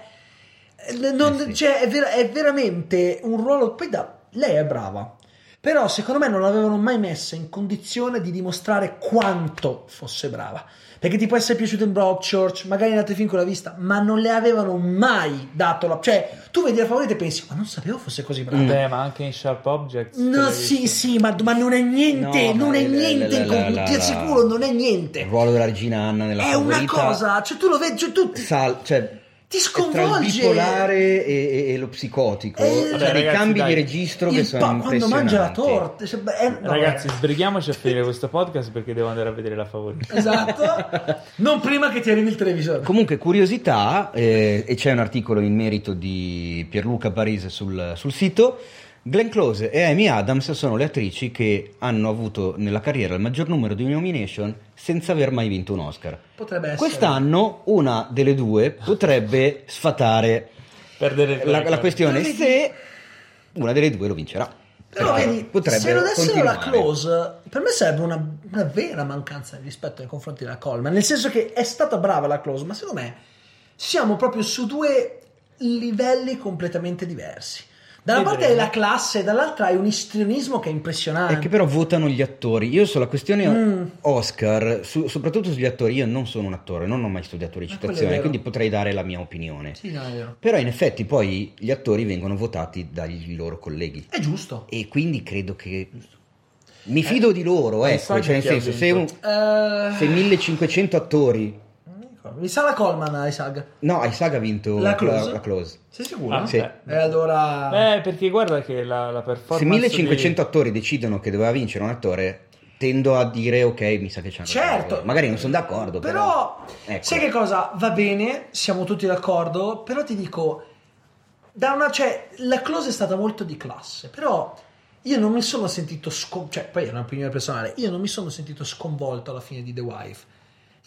eh, non- Eh sì. cioè, è ver- è veramente un ruolo... Poi da- lei è brava, però secondo me non l'avevano mai messa in condizione di dimostrare quanto fosse brava. Perché ti può essere piaciuto in Broadchurch, magari in altri film con la vista, ma non le avevano mai dato la... Cioè, tu vedi la favorita e pensi, ma non sapevo fosse così brava. Beh, Eh, ma anche in Sharp Objects. No, l'hai sì, visto? sì, ma, ma non è niente, Mm. No, non ma è il- la- la- niente, con- la- ti la- assicuro, non è Il niente. ruolo della regina Anna nella È favorita una cosa, cioè tu lo vedi, cioè, tu ti, sal- cioè, ti è tra il sconvolge. bipolare e, e- e lo psicotico, Eh, cioè Vabbè, dei ragazzi, cambi dai. di registro che Il sono pa- quando mangia la impressionanti. torta, cioè, beh, è- no, Ragazzi, eh. sbrighiamoci a finire questo podcast perché devo andare a vedere la favorita. esatto, non prima che ti arrivi il televisore. Comunque, curiosità, eh, e c'è un articolo in merito di Pierluca Parise sul, sul sito. Glenn Close e Amy Adams sono le attrici che hanno avuto nella carriera il maggior numero di nomination senza aver mai vinto un Oscar. Potrebbe essere. Quest'anno una delle due potrebbe sfatare Perdere il la, record. la questione Non se una delle due lo vincerà. Però Perché vedi, potrebbe se lo dessero la continuare. close, per me sarebbe una, una vera mancanza di rispetto nei confronti della Coleman. Nel senso che è stata brava la close, ma secondo me siamo proprio su due livelli completamente diversi. Da una parte è Vedremo. la classe, dall'altra è un istrionismo che è impressionante. È che però votano gli attori. Io sulla questione Ah. Mm. Oscar, su- soprattutto sugli attori, io non sono un attore, non ho mai studiato quello è recitazione, vero. quindi potrei dare la mia opinione. Sì, no, è vero. Però in effetti poi gli attori vengono votati dagli loro colleghi È giusto. e quindi credo che mi fido di loro, ecco, sai cioè nel chi ha senso se, vinto? un- Eh, se 1500 attori non mi ricordo. Mi sa la Coleman, ai SAG. No, Aisaga ha vinto La Close? la Close. Sei sicuro? Ah, sì. beh. E allora... Beh, perché guarda che la, la performance. Se 1500 di- attori decidono che doveva vincere un attore, tendo a dire ok, mi sa che c'è Certo, Magari non sono d'accordo, però... Però, Ecco. sai che cosa? Va bene, siamo tutti d'accordo, però ti dico, da una, cioè, la close è stata molto di classe, però io non mi sono sentito sconvolto, cioè, poi è un'opinione personale, io non mi sono sentito sconvolto alla fine di The Wife.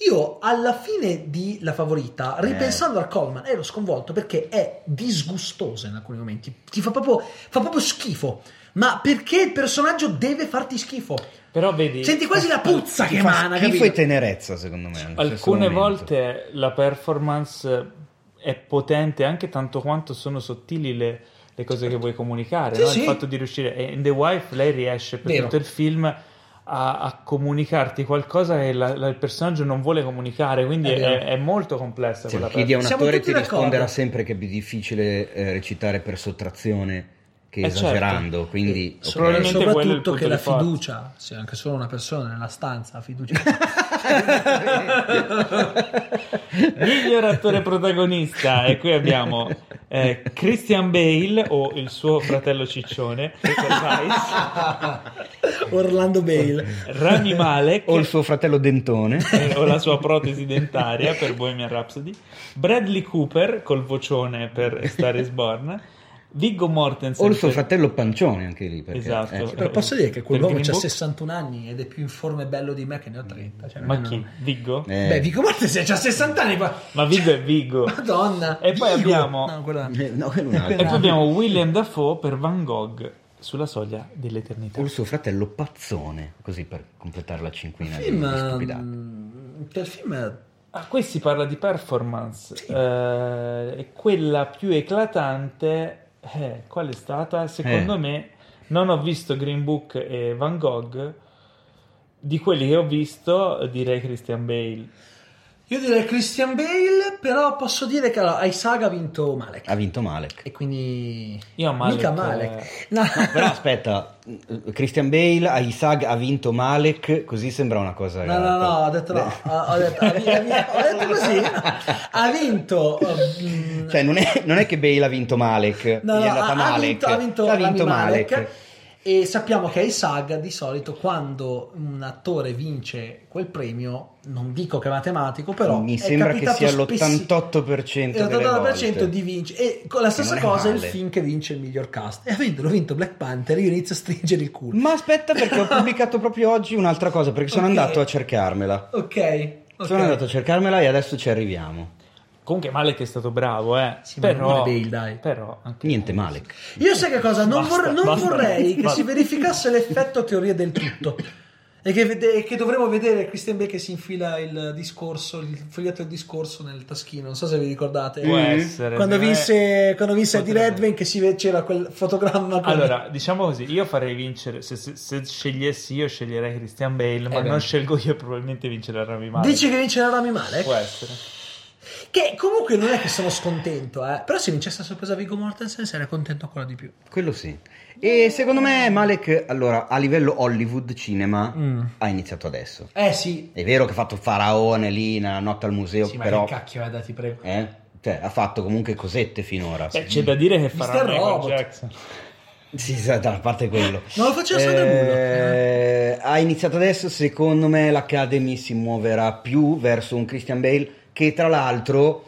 Io alla fine di La favorita, Eh. ripensando al Coleman, ero sconvolto perché è disgustoso in alcuni momenti. Ti fa proprio, fa proprio schifo. Ma perché il personaggio deve farti schifo? Però vedi. Senti quasi la puzza che Ti fa emana, schifo capito? e tenerezza, secondo me. allo stesso Alcune momento. volte la performance è potente anche tanto quanto sono sottili le, le cose Certo. che vuoi comunicare. Sì, no? sì. Il fatto di riuscire. E in The Wife lei riesce per Vero. tutto il film a, a comunicarti qualcosa che la- la- il personaggio non vuole comunicare. Quindi È è, vero. è molto complessa Se quella chiedi a un Siamo attore tutti ti risponderà d'accordo. sempre che è più difficile eh, recitare per sottrazione che Eh, certo. esagerando, quindi... Probabilmente ok. quello è il soprattutto punto che la di forza. fiducia, se anche solo una persona nella stanza ha fiducia. Miglior attore protagonista e qui abbiamo Eh, Christian Bale o il suo fratello ciccione, Rachel Weisz, Orlando Bale. Rami Malek O il suo fratello Dentone. eh, o la sua protesi dentaria per Bohemian Rhapsody, Bradley Cooper col vocione per Star is Born, Viggo Mortensen o il suo per- fratello Pancione anche lì. Perché, Esatto. eh, Però posso dire che quell'uomo Per Green ha Book? 61 anni ed è più in forma e bello di me che ne ho 30. Cioè, Ma non- chi? Viggo? eh, Beh, Vico Mortensen c'ha 60 anni qua. Ma Viggo è Viggo. Madonna. E poi Vigo. abbiamo- No, quella- eh, no, quello è un altro. E poi abbiamo William Dafoe per Van Gogh sulla soglia dell'eternità. O il suo fratello Pazzone, così per completare la cinquina di, film, di stupidate. mm, Quel film Ah, qui si parla di performance. eh, e quella più eclatante, eh, qual è stata? Secondo Eh. me, non ho visto Green Book e Van Gogh. Di quelli che ho visto, direi Christian Bale. Io direi Christian Bale, però posso dire che allora, ai saga ha vinto Malek. Ha vinto Malek. E quindi... Io a Malek, Mica eh, Malek. No. Però aspetta, Christian Bale a Isag ha vinto Malek, così sembra una cosa... No, no, no, ho detto no. Ho, ho detto, ha vi- ha vi- ho detto così. Ha vinto. mm, Cioè, non è, non è che Bale ha vinto Malek, no, no, gli è andata ha, ha Malek. vinto, ha vinto, Cioè, ha Rami vinto Malek. Malek. E sappiamo che ai SAG di solito quando un attore vince quel premio, non dico che è matematico, però Mi è sembra che capitato sia spessi- l'88% è delle volte. di vince. E con la stessa non è cosa il male. film che vince il miglior cast. E avendolo vinto Black Panther, io inizio a stringere il culo. Ma aspetta perché ho pubblicato proprio oggi un'altra cosa, perché sono Ok. andato a cercarmela. Ok. ok. Sono andato a cercarmela e adesso ci arriviamo. Comunque Malek è stato bravo, eh. Sì, ma però, non è Bale, dai. però anche Niente Malek. Io sai che cosa? Non, Basta, vorrei- non basta, vorrei che basta. si verificasse l'effetto teoria del tutto. E che, vede- che dovremmo vedere Christian Bale che si infila il discorso, il foglietto del discorso nel taschino. Non so se vi ricordate. può essere. Quando secondo me- vinse, quando vinse di potrebbe- Redman che si ve- c'era quel fotogramma. con- Allora, diciamo così, io farei vincere, se, se- se scegliessi io sceglierei Christian Bale, ma Eh beh. non scelgo io probabilmente vincerà Rami Malek. Dici che vincerà Rami Eh, Malek? Può essere. Che comunque non è che sono scontento, eh. Però se vincesse a sorpresa Viggo Mortensen sarei contento ancora di più. Quello sì. E secondo me Malek, allora, a livello Hollywood cinema, Mm. ha iniziato adesso. Eh sì. È vero che ha fatto Faraone lì nella notte al museo, Sì, ma però... che cacchio è, dai, ti prego. eh? Cioè, ha fatto comunque cosette finora. Beh, c'è da dire che farà Mr. Michael Robot. Jackson. Sì, sì, da parte quello. Non lo faceva Sandra Bullock, Eh, Ha iniziato adesso, secondo me l'Academy si muoverà più verso un Christian Bale che tra l'altro,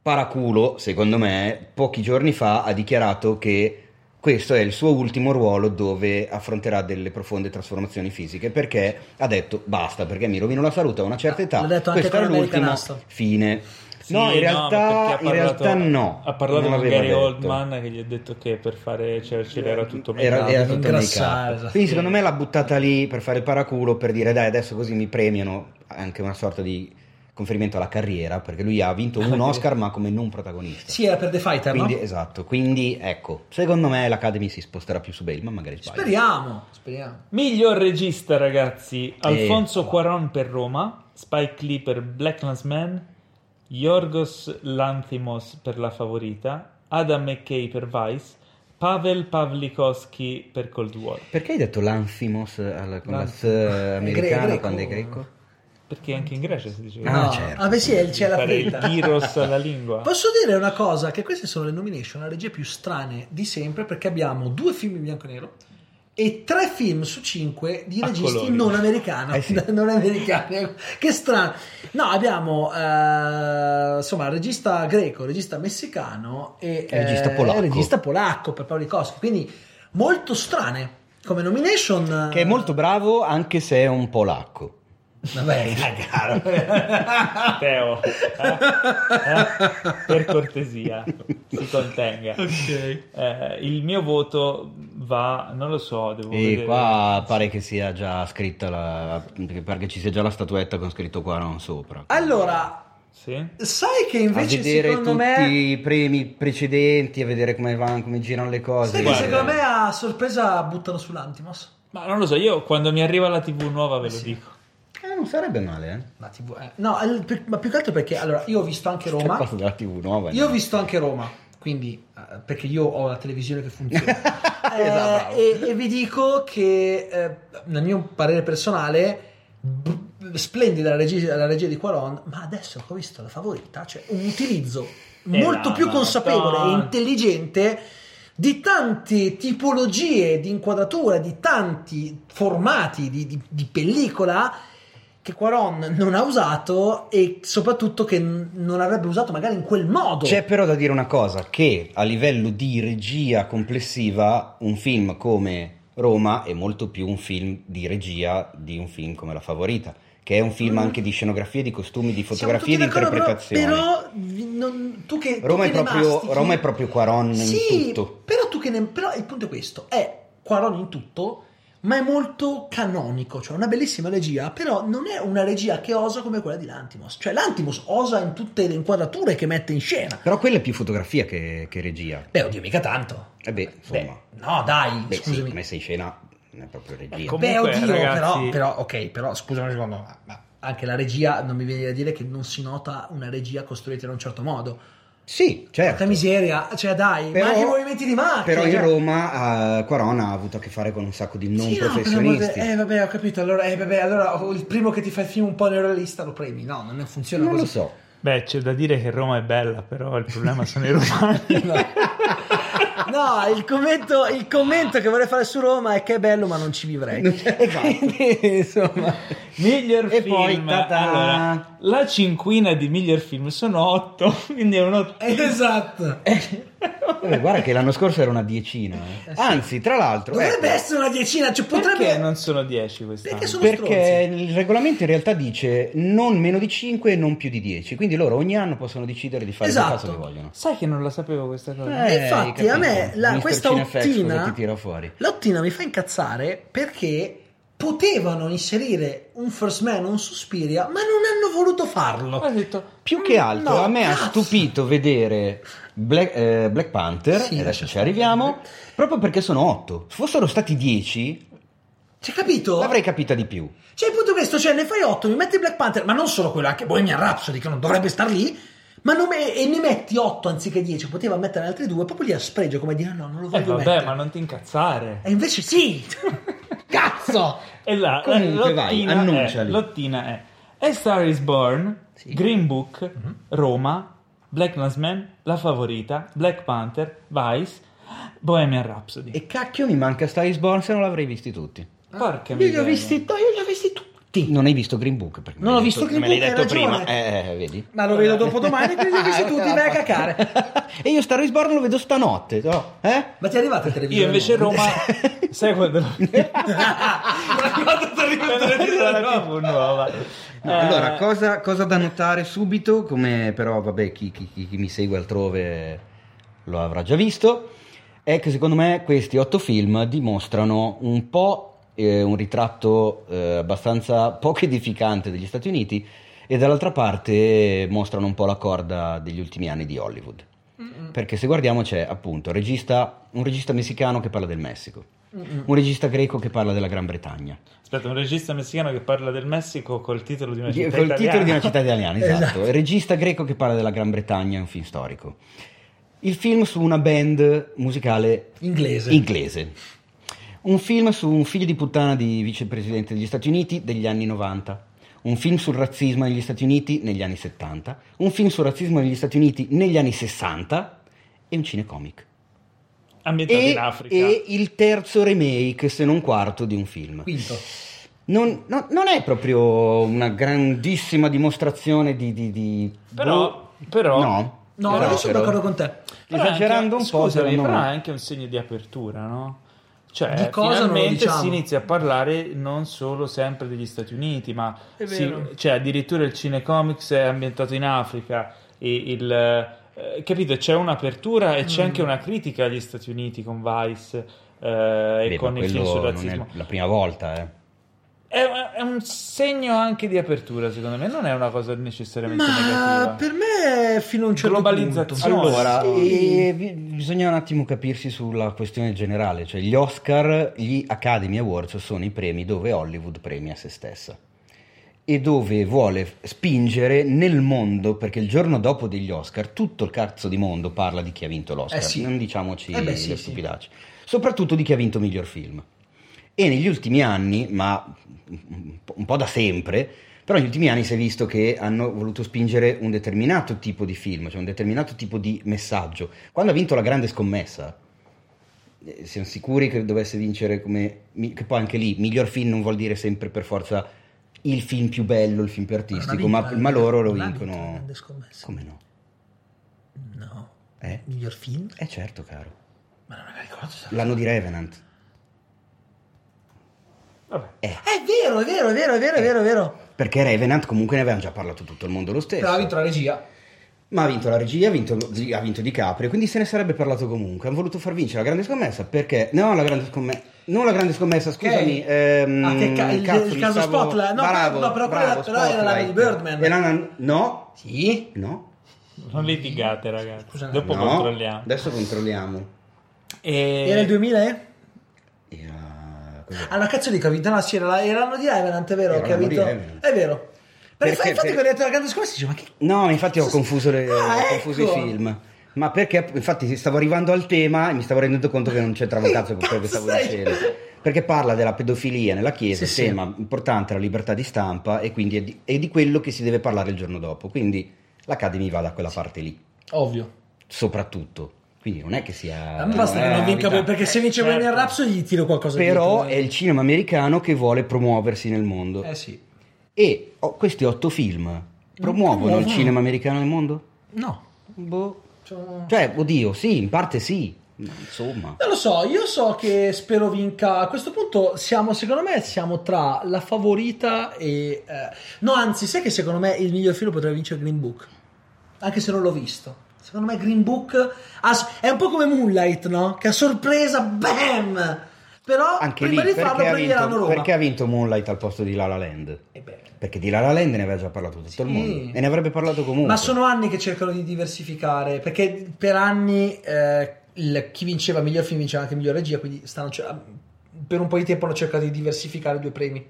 paraculo, secondo me, pochi giorni fa ha dichiarato che questo è il suo ultimo ruolo dove affronterà delle profonde trasformazioni fisiche perché ha detto basta perché mi rovino la salute a una certa Ah, età. l'ha detto anche questo era con American l'ultimo Hustle. fine. no, Sì, in perché ha realtà, in realtà no. Ha parlato non con l'aveva Gary detto. Oldman che gli ha detto che per fare Churchill era tutto Era, make-up. era per tutto ingrassare, make-up. esatto. Quindi secondo me l'ha buttata lì per fare il paraculo, per dire dai adesso così mi premiano, anche una sorta di conferimento alla carriera, perché lui ha vinto un Oscar ma come non protagonista. Sì, era per The Fighter, Quindi, no? Esatto, quindi ecco, secondo me l'Academy si sposterà più su Bale, ma magari sbaglio. Speriamo, speriamo. Miglior regista, ragazzi. Eh. Alfonso qua. Cuaron per Roma, Spike Lee per Black Man, Yorgos Lanthimos per La Favorita, Adam McKay per Vice, Pavel Pavlikovsky per Cold War. Perché hai detto l'Anthimos alla con la S L'Anthimos. americana Gre- greco. quando è greco? Perché anche in Grecia si diceva Ah, no. certo. Ah, beh, sì, è- c'è la fare il fretta. tiros alla lingua. Posso dire una cosa? Che queste sono le nomination, la regia più strane di sempre, perché abbiamo due film in bianco e nero e tre film su cinque di A registi colori. non americani. Eh sì. non americani. Che strano. No, abbiamo eh, insomma il regista greco, il regista messicano e E il regista eh, polacco. il regista polacco per Paoli Koski. Quindi molto strane come nomination. Che è molto bravo anche se è un polacco. Vabbè, cagaro. Teo, eh? Eh? per cortesia, si contenga. ok. Eh, il mio voto va, non lo so, devo E vedere. qua pare che sia già scritta la... perché pare che ci sia già la statuetta con scritto qua non sopra. Allora, Sì? sai che a invece vedere secondo tutti me i premi precedenti, a vedere come vanno, come girano le cose. sai che Guarda. secondo me a sorpresa buttano sull'Antimos. Ma non lo so, io quando mi arriva la TV nuova ve lo dico. Eh, non sarebbe male, eh. La TV, eh. No, il- per- ma più che altro perché allora io ho visto anche Che Roma. cosa della TV nuova. Io ho no? visto anche Roma, quindi eh, perché io ho la televisione che funziona. Eh, Esatto, bravo. e, e vi dico che eh, nel mio parere personale b- splendida la regia, la regia di Quaron, ma adesso che ho visto la favorita, cioè un utilizzo molto la più consapevole e Madonna. intelligente di tante tipologie di inquadratura, di tanti formati di, di- di pellicola che Quaron non ha usato e soprattutto che n- non avrebbe usato magari in quel modo. C'è però da dire una cosa, che a livello di regia complessiva un film come Roma è molto più un film di regia di un film come La Favorita, che è un film Mm. anche di scenografie, di costumi, di Siamo fotografie, di tutti d'accordo, però- interpretazioni. Però, vi- non- tu che tu Roma, è che ne proprio, mastichi- Roma è proprio Quaron in Sì, tutto. però tu che ne- però il punto è questo, è Quaron in tutto, ma è molto canonico, cioè una bellissima regia, però non è una regia che osa come quella di Lantimos, cioè Lantimos osa in tutte le inquadrature che mette in scena. Però quella è più fotografia che, che regia. Beh, oddio, mica tanto. E beh, insomma, Beh, no, dai, beh, sì, scusami. messa in scena non è proprio regia. Ecco. Beh, Comunque, oddio, ragazzi- però, però, ok, però, scusami un secondo, ma- ma anche la regia non mi viene da dire che non si nota una regia costruita in un certo modo. Sì, certo. Porca miseria, cioè dai, Però- ma anche i movimenti di macchina. Però in cioè- Roma eh, Quaron ha avuto a che fare con un sacco di non Sì, no, però professionisti. vabbè, eh vabbè, ho capito, allora, eh, vabbè, allora oh, il primo che ti fa il film un po' neuralista lo premi, no, non funziona non lo così. so. Beh, c'è da dire che Roma è bella, però il problema sono i romani. No, il commento, il commento che vorrei fare su Roma è che è bello ma non ci vivrei. Esatto. E quindi, insomma... Miglior E film. poi, ta-ta! Allora, la cinquina di miglior film sono otto, quindi è un otto. Eh, Esatto. Vabbè, guarda che l'anno scorso era una diecina. eh. Anzi, tra l'altro, Dovrebbe ecco, essere una diecina, cioè potrebbe... Perché non sono dieci quest'anno? Perché sono perché il regolamento in realtà dice non meno di 5 e non più di 10. Quindi loro ogni anno possono decidere di fare Esatto. il caso che vogliono. Sai che non la sapevo questa cosa? E Eh, infatti hai a me capito? la- Mr. questa Cinefex cosa ottina, ti tira fuori. la ottina mi fa incazzare perché potevano inserire un First Man, un Suspiria, ma non hanno voluto farlo. Ho detto, Più che altro, Mm, no, a me cazzo. ha stupito vedere Black, eh, Black Panther, e Sì, lascia adesso ci stare. arriviamo, proprio perché sono 8. Se fossero stati 10, Cioè, capito? l'avrei capita di più. Cioè, il punto è questo, cioè, ne fai 8, mi metti Black Panther, ma non solo quello, anche Bohemian Rhapsody, che non dovrebbe star lì, ma non me- e ne metti 8 anziché 10, poteva metterne altri due, proprio lì a spregio, come dire, "Ah, no, non lo eh, voglio vabbè, mettere. ma non ti incazzare. E invece sì! Cazzo! E là, Comunque eh, vai, l'ottina è- annunciali. l'ottina è A Star is Born, Green Book, Mhm. Roma, Black Landsman, La Favorita, Black Panther, Vice, Bohemian Rhapsody. E cacchio, mi manca Star is Born, se non l'avrei visti tutti. Porca Io li miseria. ho visti, no, io li ho visti tutti. Non hai visto Green Book? Perché me Non l'hai ho visto detto- Green me l'hai Book, hai detto ragione. prima. Eh, eh, vedi? Ma lo vedo dopo domani, quindi li ho visti Ah, tutti, ecco, vai a la cacare. faccia. e io Star is Born lo vedo stanotte, no? Eh? Ma ti è arrivata la televisione? Io invece no? Roma, sai quando Ma quando ti arriva la televisione? la no? TV nuova. No, Eh, allora, cosa, cosa da notare subito, come però vabbè chi, chi- chi- chi mi segue altrove lo avrà già visto, è che secondo me questi otto film dimostrano un po' eh, un ritratto eh, abbastanza poco edificante degli Stati Uniti e dall'altra parte mostrano un po' la corda degli ultimi anni di Hollywood. Perché se guardiamo c'è appunto regista- un regista messicano che parla del Messico, un regista greco che parla della Gran Bretagna. Aspetta, un regista messicano che parla del Messico col titolo di una Di- città col titolo di italiana. una città italiana, esatto. Il regista greco che parla della Gran Bretagna è un film storico. Il film su una band musicale Inglese. inglese. Un film su un figlio di puttana di vicepresidente degli Stati Uniti degli anni 90. Un film sul razzismo negli Stati Uniti negli anni 70. Un film sul razzismo negli Stati Uniti negli anni 60. E un cinecomic. ambientata E, in Africa. e il terzo remake, se non quarto, di un film. Quinto. Non, no- non è proprio una grandissima dimostrazione di. di, di- boh, Però- però- No, No, Però- io sono però- d'accordo con te. Però è anche- Esagerando un po', scusami, secondo però me. è anche un segno di apertura, no? Cioè, Di cosa non lo finalmente diciamo? si inizia a parlare non solo sempre degli Stati Uniti, ma È si- vero. cioè, addirittura il cinecomics è ambientato in Africa. E il, eh, capito? C'è un'apertura e c'è Mm. anche una critica agli Stati Uniti con Vice eh, e Beh, con ma il film quello sul non razzismo. è la prima volta, eh. È, è un segno anche di apertura, secondo me, non è una cosa necessariamente Ma negativa. per me fino a un certo Globalizzazione. punto. Allora, mm. eh, Sì. e vi- bisogna un attimo capirsi sulla questione generale, cioè gli Oscar, gli Academy Awards sono i premi dove Hollywood premia se stessa e dove vuole f- spingere nel mondo, perché il giorno dopo degli Oscar tutto il cazzo di mondo parla di chi ha vinto l'Oscar, Eh sì. non diciamoci Eh beh, sì, le sì. stupidaggini, soprattutto di chi ha vinto miglior film. E negli ultimi anni, ma un po' da sempre, Però negli ultimi anni si è visto che hanno voluto spingere un determinato tipo di film, cioè un determinato tipo di messaggio. Quando ha vinto la grande scommessa, eh, siamo sicuri che dovesse vincere come... mi- che poi anche lì, miglior film non vuol dire sempre per forza il film più bello, il film più artistico, Non ma, ha vinto la- ma loro lo non ha vinto la vincono... grande scommessa. Come no? No. Eh? Miglior film? Eh certo, caro. Ma non me la ricordo. L'anno di Revenant. Vabbè. È vero, è vero, è vero, è vero, è vero, è vero. Perché Revenant comunque ne avevano già parlato tutto il mondo lo stesso. Però ha vinto la regia. Ma ha vinto la regia, ha vinto, ha vinto Di Caprio, quindi se ne sarebbe parlato comunque. Hanno voluto far vincere la grande scommessa perché... No, la grande scommessa... Non la grande scommessa, scusami. Ok. ehm, Ah, che ca- il- cazzo, il mi caso stavo- Spotlight. No, bravo, no, però bravo, quella- però era la Spotlight. di Birdman. E la- No, Sì. no, Non litigate, ragazzi. Scusa, Dopo no. controlliamo. Adesso controlliamo. E... Era il 2000, eh? Era- cos'era? Allora, cazzo dico, ha vinto. No, sì, era, la- era l'anno di Revenant, è vero. Era Che ha l'anno di vinto. Revenant. È vero. Perché, Perché- infatti, per- quando ho detto la grande scommessa, dicevo, ma che. No, infatti ho confuso, le- Ah, ho ecco. confuso i film. Ma perché, infatti, stavo arrivando al tema e mi stavo rendendo conto che non c'entrava un cazzo con quello che Pazzo stavo sei. dicendo. Perché parla della pedofilia nella Chiesa, Sì, sì. tema importante la libertà di stampa e quindi è di, è di quello che si deve parlare il giorno dopo. Quindi l'Academy va da quella parte lì, Ovvio. soprattutto. Quindi non è che sia... A me basta che eh, non vinca novità. perché se vince certo. Bohemian Rhapsody gli tiro qualcosa Però è dietro, eh. il cinema americano che vuole promuoversi nel mondo. Eh sì. E ho- questi otto film promuovono il promuovono. cinema americano nel mondo? No. Boh. Cioè, Cioè, oddio, sì, in parte sì, ma insomma. Non lo so, io so che spero vinca. A questo punto siamo, secondo me, siamo tra la favorita e... eh, No, anzi, sai che secondo me il miglior film potrebbe vincere Green Book. Anche se non l'ho visto. Secondo me Green Book ha s- è un po' come Moonlight, no? Che a sorpresa, bam! Però Anche lì, prima di perché farlo ha, prenderanno vinto, Roma. perché ha vinto Moonlight al posto di La La Land? Eh beh. Perché di La La Land ne aveva già parlato tutto Sì. il mondo e ne avrebbe parlato comunque. Ma sono anni che cercano di diversificare, perché per anni eh, il- chi vinceva miglior film vinceva anche miglior regia, quindi stanno cer- per un po' di tempo hanno cercato di diversificare i due premi.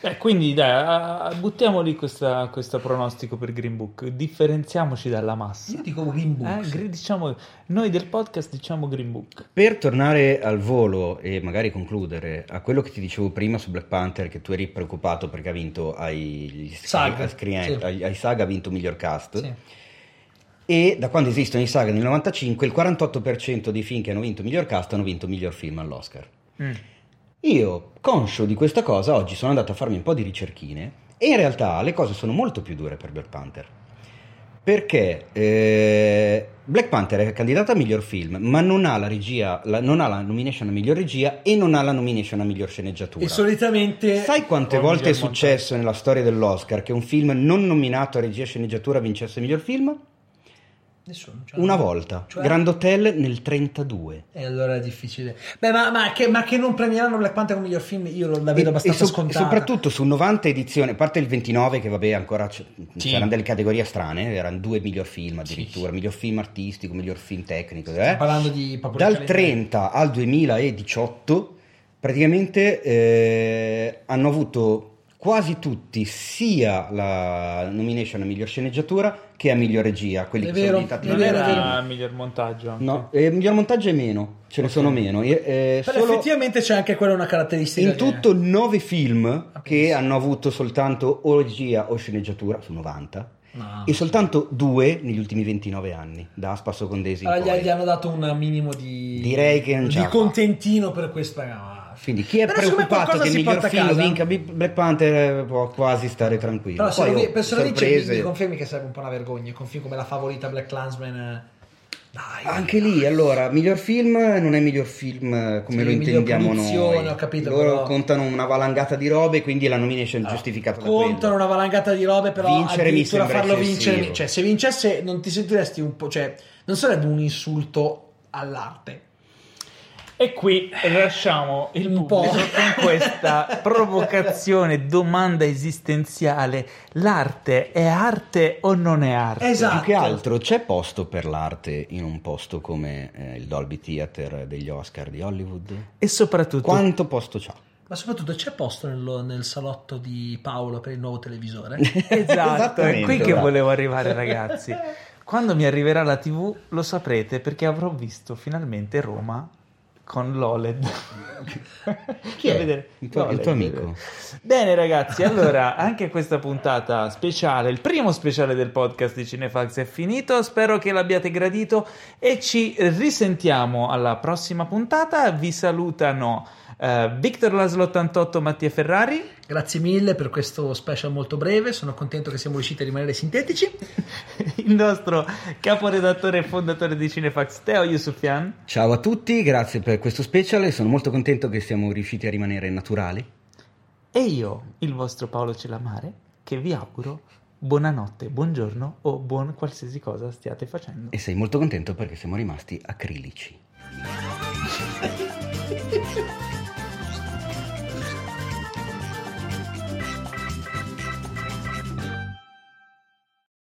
Beh, Eh, quindi dai, a- a- buttiamo lì questa- questo pronostico per Green Book. Differenziamci dalla massa. Io dico Green Book. Eh, gri- diciamo- noi del podcast diciamo Green Book. Per tornare al volo e magari concludere a quello che ti dicevo prima su Black Panther, che tu eri preoccupato perché ha vinto ai agli Saga, ai screen- sì. ai- ai Saga, ha vinto miglior cast. Sì. E da quando esistono i Saga nel 95, il 48% dei film che hanno vinto miglior cast hanno vinto miglior film all'Oscar. Io, conscio di questa cosa, oggi sono andato a farmi un po' di ricerchine e in realtà le cose sono molto più dure per Black Panther. Perché eh, Black Panther è candidata a miglior film, ma non ha la regia, la- non ha la nomination a miglior regia e non ha la nomination a miglior sceneggiatura. E solitamente... Sai quante o volte è miglior montaggio. successo nella storia dell'Oscar che un film non nominato a regia e sceneggiatura vincesse miglior film? Nessuno, cioè- Una volta, Cioè? Grand Hotel nel 32. E allora è difficile. Beh, ma, ma che, ma che non premieranno Black Panther come miglior film, io lo- la vedo abbastanza so- scontata. soprattutto su 90 edizioni, a parte il 29 che vabbè ancora c- Sì. c'erano delle categorie strane, erano due miglior film addirittura, miglior film artistico, miglior film tecnico, eh. Stiamo parlando di... proprio dal del calendario. 30 al 2018 praticamente eh, hanno avuto quasi tutti sia la nomination a miglior sceneggiatura che a miglior regia, quelli È che vero, sono diventati è Non vero, miglior è film. era miglior montaggio. anche. No, eh, miglior montaggio è meno, ce ne sono meno. eh, eh, Però solo- effettivamente c'è anche quella una caratteristica. in che- tutto nove film che pensa. hanno avuto soltanto o regia o sceneggiatura, su 90, No. e soltanto due negli ultimi 29 anni, da Spasso Condesi in Allora, poi. gli, gli hanno dato un minimo di, Direi che non ce la di fa. contentino per questa gara. Quindi chi è Però secondo me preoccupato qualcosa che il si miglior porta a film lo casa. vinca B- Black Panther eh, può quasi stare tranquillo. Però se lo, Poi, vi- oh, per se lo vince mi- sorprese. mi confermi che sarebbe un po' una vergogna. Con film come la favorita Black Clansman. eh, Dai. Anche lì, allora, miglior film non è miglior film eh, come Sì, lo miglior intendiamo produzione, noi. ho capito, Loro però- Ah. contano una valangata di robe, quindi la nomination è giustificata da quello. Contano una valangata di robe, però Vincere mi addirittura sembra farlo eccessivo. vincere. Cioè, se vincesse, non ti sentiresti un po'. Cioè, non sarebbe un insulto all'arte. E qui lasciamo il Un pubblico po'. con questa provocazione, domanda esistenziale. L'arte è arte o non è arte? Esatto. Più che altro c'è posto per l'arte in un posto come eh, il Dolby Theater degli Oscar di Hollywood? E soprattutto, Quanto posto c'ha? Ma soprattutto c'è posto nel, nel salotto di Paolo per il nuovo televisore? esatto, è qui Esattamente, che bravo. volevo arrivare ragazzi. Quando mi arriverà la TV lo saprete perché avrò visto finalmente Roma con l'OLED. Chi è? A vedere. Il tuo- il tuo amico. Bene ragazzi, allora anche questa puntata speciale, il primo speciale del podcast di Cinefax è finito, spero che l'abbiate gradito e ci risentiamo alla prossima puntata. Vi salutano eh, Victor Laszlo 88, Mattia Ferrari. Grazie mille per questo special molto breve, sono contento che siamo riusciti a rimanere sintetici. il nostro caporedattore e fondatore di Cinefax, Teo Yusufian. Ciao a tutti, grazie per questo special e sono molto contento che siamo riusciti a rimanere naturali. E io, il vostro Paolo Celamare, che vi auguro buonanotte, buongiorno o buon qualsiasi cosa stiate facendo. E sei molto contento perché siamo rimasti acrilici.